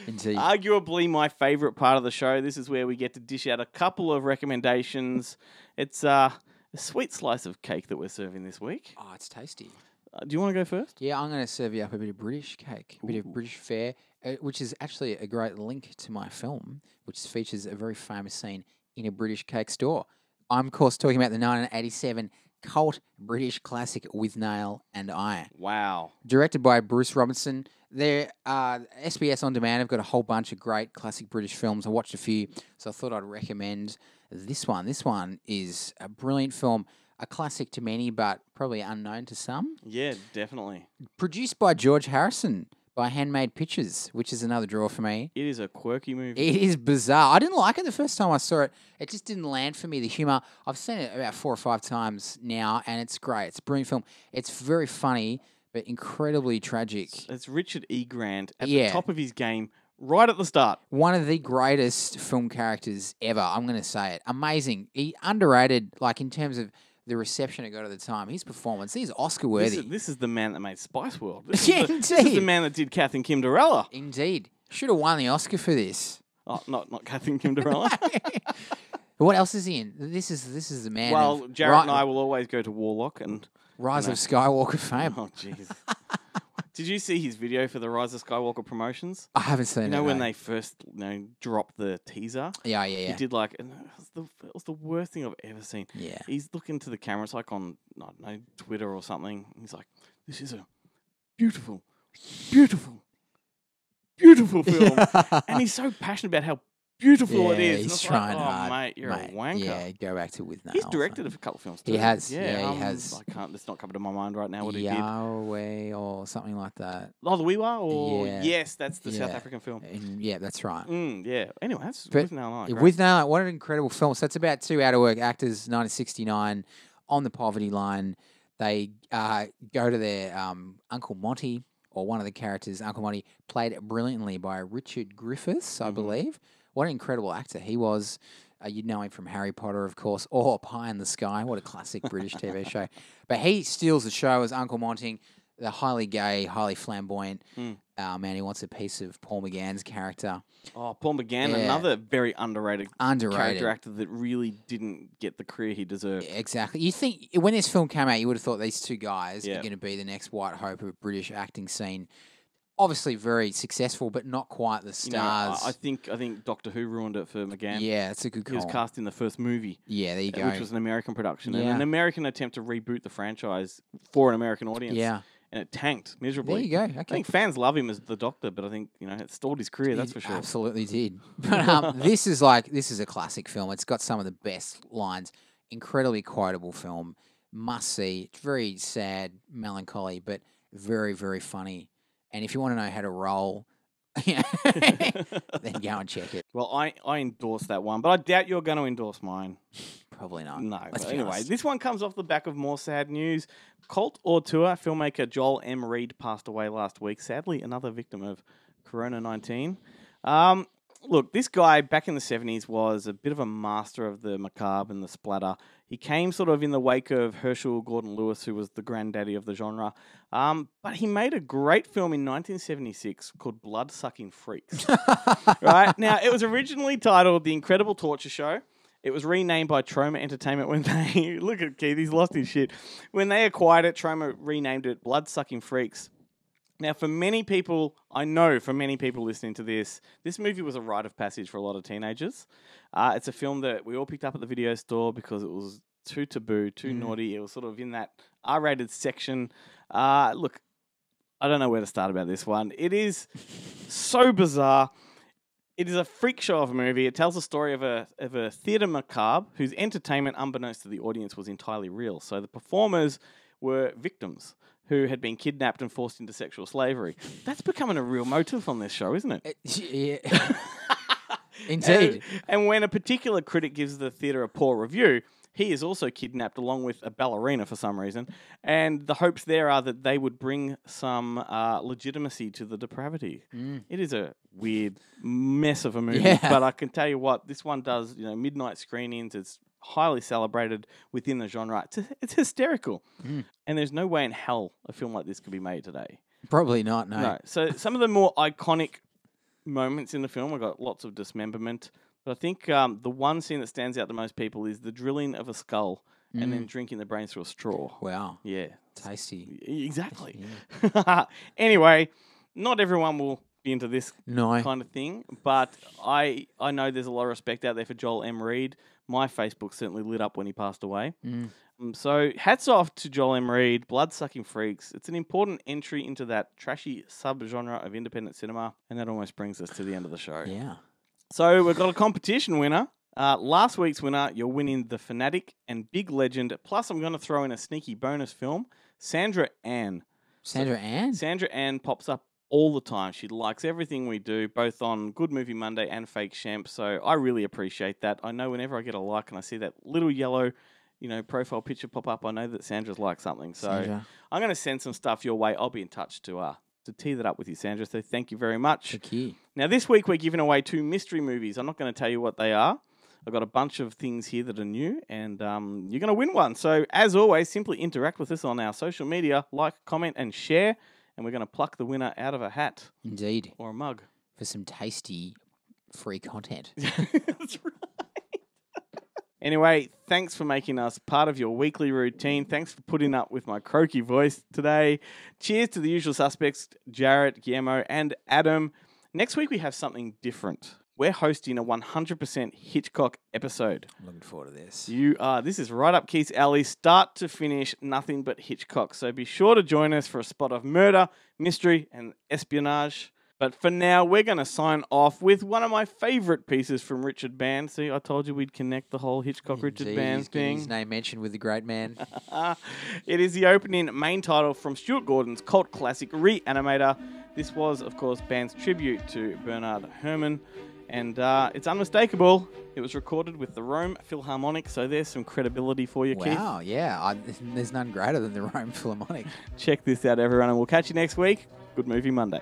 Speaker 5: Indeed.
Speaker 2: Arguably my favorite part of the show. This is where we get to dish out a couple of recommendations. It's uh, a sweet slice of cake that we're serving this week.
Speaker 5: Oh, it's tasty.
Speaker 2: Uh, do you want to go first?
Speaker 5: Yeah, I'm going to serve you up a bit of British cake, a bit of British fare, uh, which is actually a great link to my film, which features a very famous scene in a British cake store. I'm, of course, talking about the 1987 cult British classic With Nail and Iron.
Speaker 2: Wow.
Speaker 5: Directed by Bruce Robinson. There, uh, SBS On Demand have got a whole bunch of great classic British films. I watched a few, so I thought I'd recommend this one. This one is a brilliant film, a classic to many, but probably unknown to some
Speaker 2: Yeah, definitely.
Speaker 5: produced by George Harrison by Handmade Pictures, which is another draw for me.
Speaker 2: It is a quirky movie.
Speaker 5: It is bizarre. I didn't like it the first time I saw it. It just didn't land for me. The humor. I've seen it about four or five times now, and it's great. It's a brilliant film. It's very funny, but incredibly tragic.
Speaker 2: It's Richard E. Grant at
Speaker 5: Yeah.
Speaker 2: the top of his game right at the start.
Speaker 5: One of the greatest film characters ever. I'm going to say it. Amazing. He underrated, like in terms of the reception it got at the time. His performance. He's Oscar
Speaker 2: This
Speaker 5: worthy.
Speaker 2: is, this is the man that made Spice World. This
Speaker 5: Yeah,
Speaker 2: is the, This is the
Speaker 5: indeed.
Speaker 2: man that did Kath and Kim Dorella.
Speaker 5: Indeed. Should have won the Oscar for this.
Speaker 2: Oh, not not Kath and Kim Dorella.
Speaker 5: What else is he in? This is this is the man.
Speaker 2: well,
Speaker 5: of,
Speaker 2: Jared
Speaker 5: Ri-
Speaker 2: and I will always go to Warlock and
Speaker 5: Rise
Speaker 2: you
Speaker 5: of Skywalker fame.
Speaker 2: Oh, jeez. Did you see his video for the Rise of Skywalker promotions?
Speaker 5: I haven't seen
Speaker 2: You know
Speaker 5: it,
Speaker 2: when
Speaker 5: no.
Speaker 2: they first you know dropped the teaser?
Speaker 5: Yeah, yeah,
Speaker 2: He
Speaker 5: yeah.
Speaker 2: did like, and it was, the, it was the worst thing I've ever seen.
Speaker 5: Yeah.
Speaker 2: He's looking to the camera. It's like on I don't know Twitter or something. He's like, "This is a beautiful, beautiful, beautiful film," and he's so passionate about how beautiful it
Speaker 5: Yeah,
Speaker 2: is. And
Speaker 5: He's
Speaker 2: it's like,
Speaker 5: trying
Speaker 2: "Oh,
Speaker 5: hard,
Speaker 2: mate. You're
Speaker 5: mate.
Speaker 2: a wanker.
Speaker 5: Yeah, go back to with no.
Speaker 2: He's directed a couple of films too.
Speaker 5: He has, yeah, he
Speaker 2: um,
Speaker 5: has.
Speaker 2: I can't. It's not coming to my mind right now what he did.
Speaker 5: Yahweh or something like that.
Speaker 2: Oh, the Weewa, or
Speaker 5: Yeah.
Speaker 2: yes, that's the South
Speaker 5: Yeah.
Speaker 2: African film.
Speaker 5: And yeah, that's right.
Speaker 2: Mm, yeah. Anyway, that's
Speaker 5: But
Speaker 2: with now
Speaker 5: Yeah, With No Light, what an incredible film. So it's about two out of work actors, 1969, on the poverty line. They uh, go to their um, Uncle Monty, or one of the characters, Uncle Monty, played brilliantly by Richard Griffiths, I
Speaker 2: Mm-hmm.
Speaker 5: believe. What an incredible actor he was. Uh, you'd know him from Harry Potter, of course, or Pie in the Sky. What a classic British TV show. But he steals the show as Uncle Monty, the highly gay, highly flamboyant
Speaker 2: Mm.
Speaker 5: uh, man who wants a piece of Paul McGann's character.
Speaker 2: Oh, Paul McGann,
Speaker 5: Yeah.
Speaker 2: another very underrated,
Speaker 5: Underrated.
Speaker 2: character actor that really didn't get the career he deserved.
Speaker 5: Exactly. You think when this film came out, you would have thought these two guys
Speaker 2: Yeah.
Speaker 5: are going to be the next white hope of British acting scene. Obviously, very successful, but not quite the
Speaker 2: You know, I-
Speaker 5: stars.
Speaker 2: I, think I think Doctor Who ruined it for McGann.
Speaker 5: Yeah, that's a good
Speaker 2: He was
Speaker 5: call.
Speaker 2: cast in the first movie.
Speaker 5: Yeah, there you
Speaker 2: uh, Which
Speaker 5: go.
Speaker 2: was an American production and
Speaker 5: Yeah.
Speaker 2: an American attempt to reboot the franchise for an American audience.
Speaker 5: Yeah.
Speaker 2: And it tanked miserably.
Speaker 5: you go,
Speaker 2: I
Speaker 5: okay.
Speaker 2: think fans love him as the Doctor, but I think you know it stalled his career. That's
Speaker 5: It
Speaker 2: for sure.
Speaker 5: Absolutely did. But um, this is like this is a classic film. It's got some of the best lines. Incredibly quotable film. Must see. It's very sad, melancholy, but very very funny. And if you want to know how to roll, then go and check it.
Speaker 2: Well, I, I endorse that one, but I doubt you're going to endorse mine.
Speaker 5: Probably not.
Speaker 2: No.
Speaker 5: Let's
Speaker 2: but
Speaker 5: be
Speaker 2: anyway,
Speaker 5: honest.
Speaker 2: this one comes off the back of more sad news. Cult auteur filmmaker Joel M. Reed passed away last week. Sadly, another victim of Corona 19. Um, look, this guy back in the 70s was a bit of a master of the macabre and the splatter. He came sort of in the wake of Herschel Gordon Lewis, who was the granddaddy of the genre. Um, but he made a great film in 1976 called Blood Sucking Freaks. right? Now, it was originally titled The Incredible Torture Show. It was renamed by Troma Entertainment when they look at Keith, he's lost his shit. When they acquired it, Troma renamed it Blood Sucking Freaks. Now, for many people, I know for many people listening to this, this movie was a rite of passage for a lot of teenagers. Uh, it's a film that we all picked up at the video store because it was too taboo, too
Speaker 13: Mm.
Speaker 2: naughty. It was sort of in that R rated section. Uh, look, I don't know where to start about this one. It is so bizarre. It is a freak show of a movie. It tells the story of a of a theatre macabre whose entertainment, unbeknownst to the audience, was entirely real. So the performers were victims who had been kidnapped and forced into sexual slavery. That's becoming a real motive on this show, isn't it?
Speaker 5: Yeah. Indeed.
Speaker 2: And, and when a particular critic gives the theatre a poor review, he is also kidnapped along with a ballerina for some reason. And the hopes there are that they would bring some uh, legitimacy to the depravity.
Speaker 5: Mm.
Speaker 2: It is a weird mess of a movie,
Speaker 5: Yeah.
Speaker 2: but I can tell you what this one does. You know, midnight screenings. It's highly celebrated within the genre. It's, it's hysterical,
Speaker 5: Mm.
Speaker 2: and there's no way in hell a film like this could be made today.
Speaker 5: Probably not, no.
Speaker 2: So some of the more iconic moments in the film, we've got lots of dismemberment. But I think um, the one scene that stands out to most people is the drilling of a skull and then
Speaker 5: Mm.
Speaker 2: drinking the brains through a straw.
Speaker 5: Wow.
Speaker 2: Yeah. E-,
Speaker 5: Tasty.
Speaker 2: Exactly. anyway, not everyone will be into this
Speaker 5: No.
Speaker 2: kind of thing, but I I know there's a lot of respect out there for Joel M. Reed. My Facebook certainly lit up when he passed away.
Speaker 5: Mm.
Speaker 2: Um, so hats off to Joel M. Reed, Bloodsucking Freaks. It's an important entry into that trashy subgenre of independent cinema, and that almost brings us to the end of the show.
Speaker 5: Yeah.
Speaker 2: So we've got a competition winner. Uh, last week's winner, you're winning The Fanatic and Big Legend. Plus, I'm going to throw in a sneaky bonus film, Sandra Ann.
Speaker 5: Sandra Ann?
Speaker 2: Sandra Ann pops up all the time. She likes everything we do, both on Good Movie Monday and Fake Champ. So I really appreciate that. I know whenever I get a like and I see that little yellow, you know, profile picture pop up, I know that Sandra's liked something. So
Speaker 5: Sandra.
Speaker 2: I'm going to send some stuff your way. I'll be in touch to uh to tee that up with you, Sandra. So thank you very much.
Speaker 5: Thank you.
Speaker 2: Now this week we're giving away two mystery movies. I'm not going to tell you what they are. I've got a bunch of things here that are new, and um, you're going to win one. So as always, simply interact with us on our social media, like, comment, and share. And we're going to pluck the winner out of a hat
Speaker 5: Indeed.
Speaker 2: or a mug.
Speaker 5: For some tasty free content.
Speaker 2: Anyway, thanks for making us part of your weekly routine. Thanks for putting up with my croaky voice today. Cheers to the usual suspects, Jarrett, Guillermo, and Adam. Next week, we have something different. We're hosting a 100% Hitchcock episode.
Speaker 5: I'm looking forward to this.
Speaker 2: You are. This is right up Keith's alley, start to finish, nothing but Hitchcock. So be sure to join us for a spot of murder, mystery, and espionage. But for now, we're going to sign off with one of my favorite pieces from Richard Band. See, I told you we'd connect the whole Hitchcock Richard
Speaker 5: Indeed,
Speaker 2: Band
Speaker 5: he's getting
Speaker 2: thing.
Speaker 5: His name mentioned with the great man.
Speaker 2: it is the opening main title from Stuart Gordon's cult classic Reanimator. This was, of course, Band's tribute to Bernard Herrmann, and uh, it's unmistakable. It was recorded with the Rome Philharmonic, so there's some credibility for you, Keith.
Speaker 5: wow. Yeah. I, there's none greater than the Rome Philharmonic.
Speaker 2: Check this out, everyone, and we'll catch you next week. Good Movie Monday.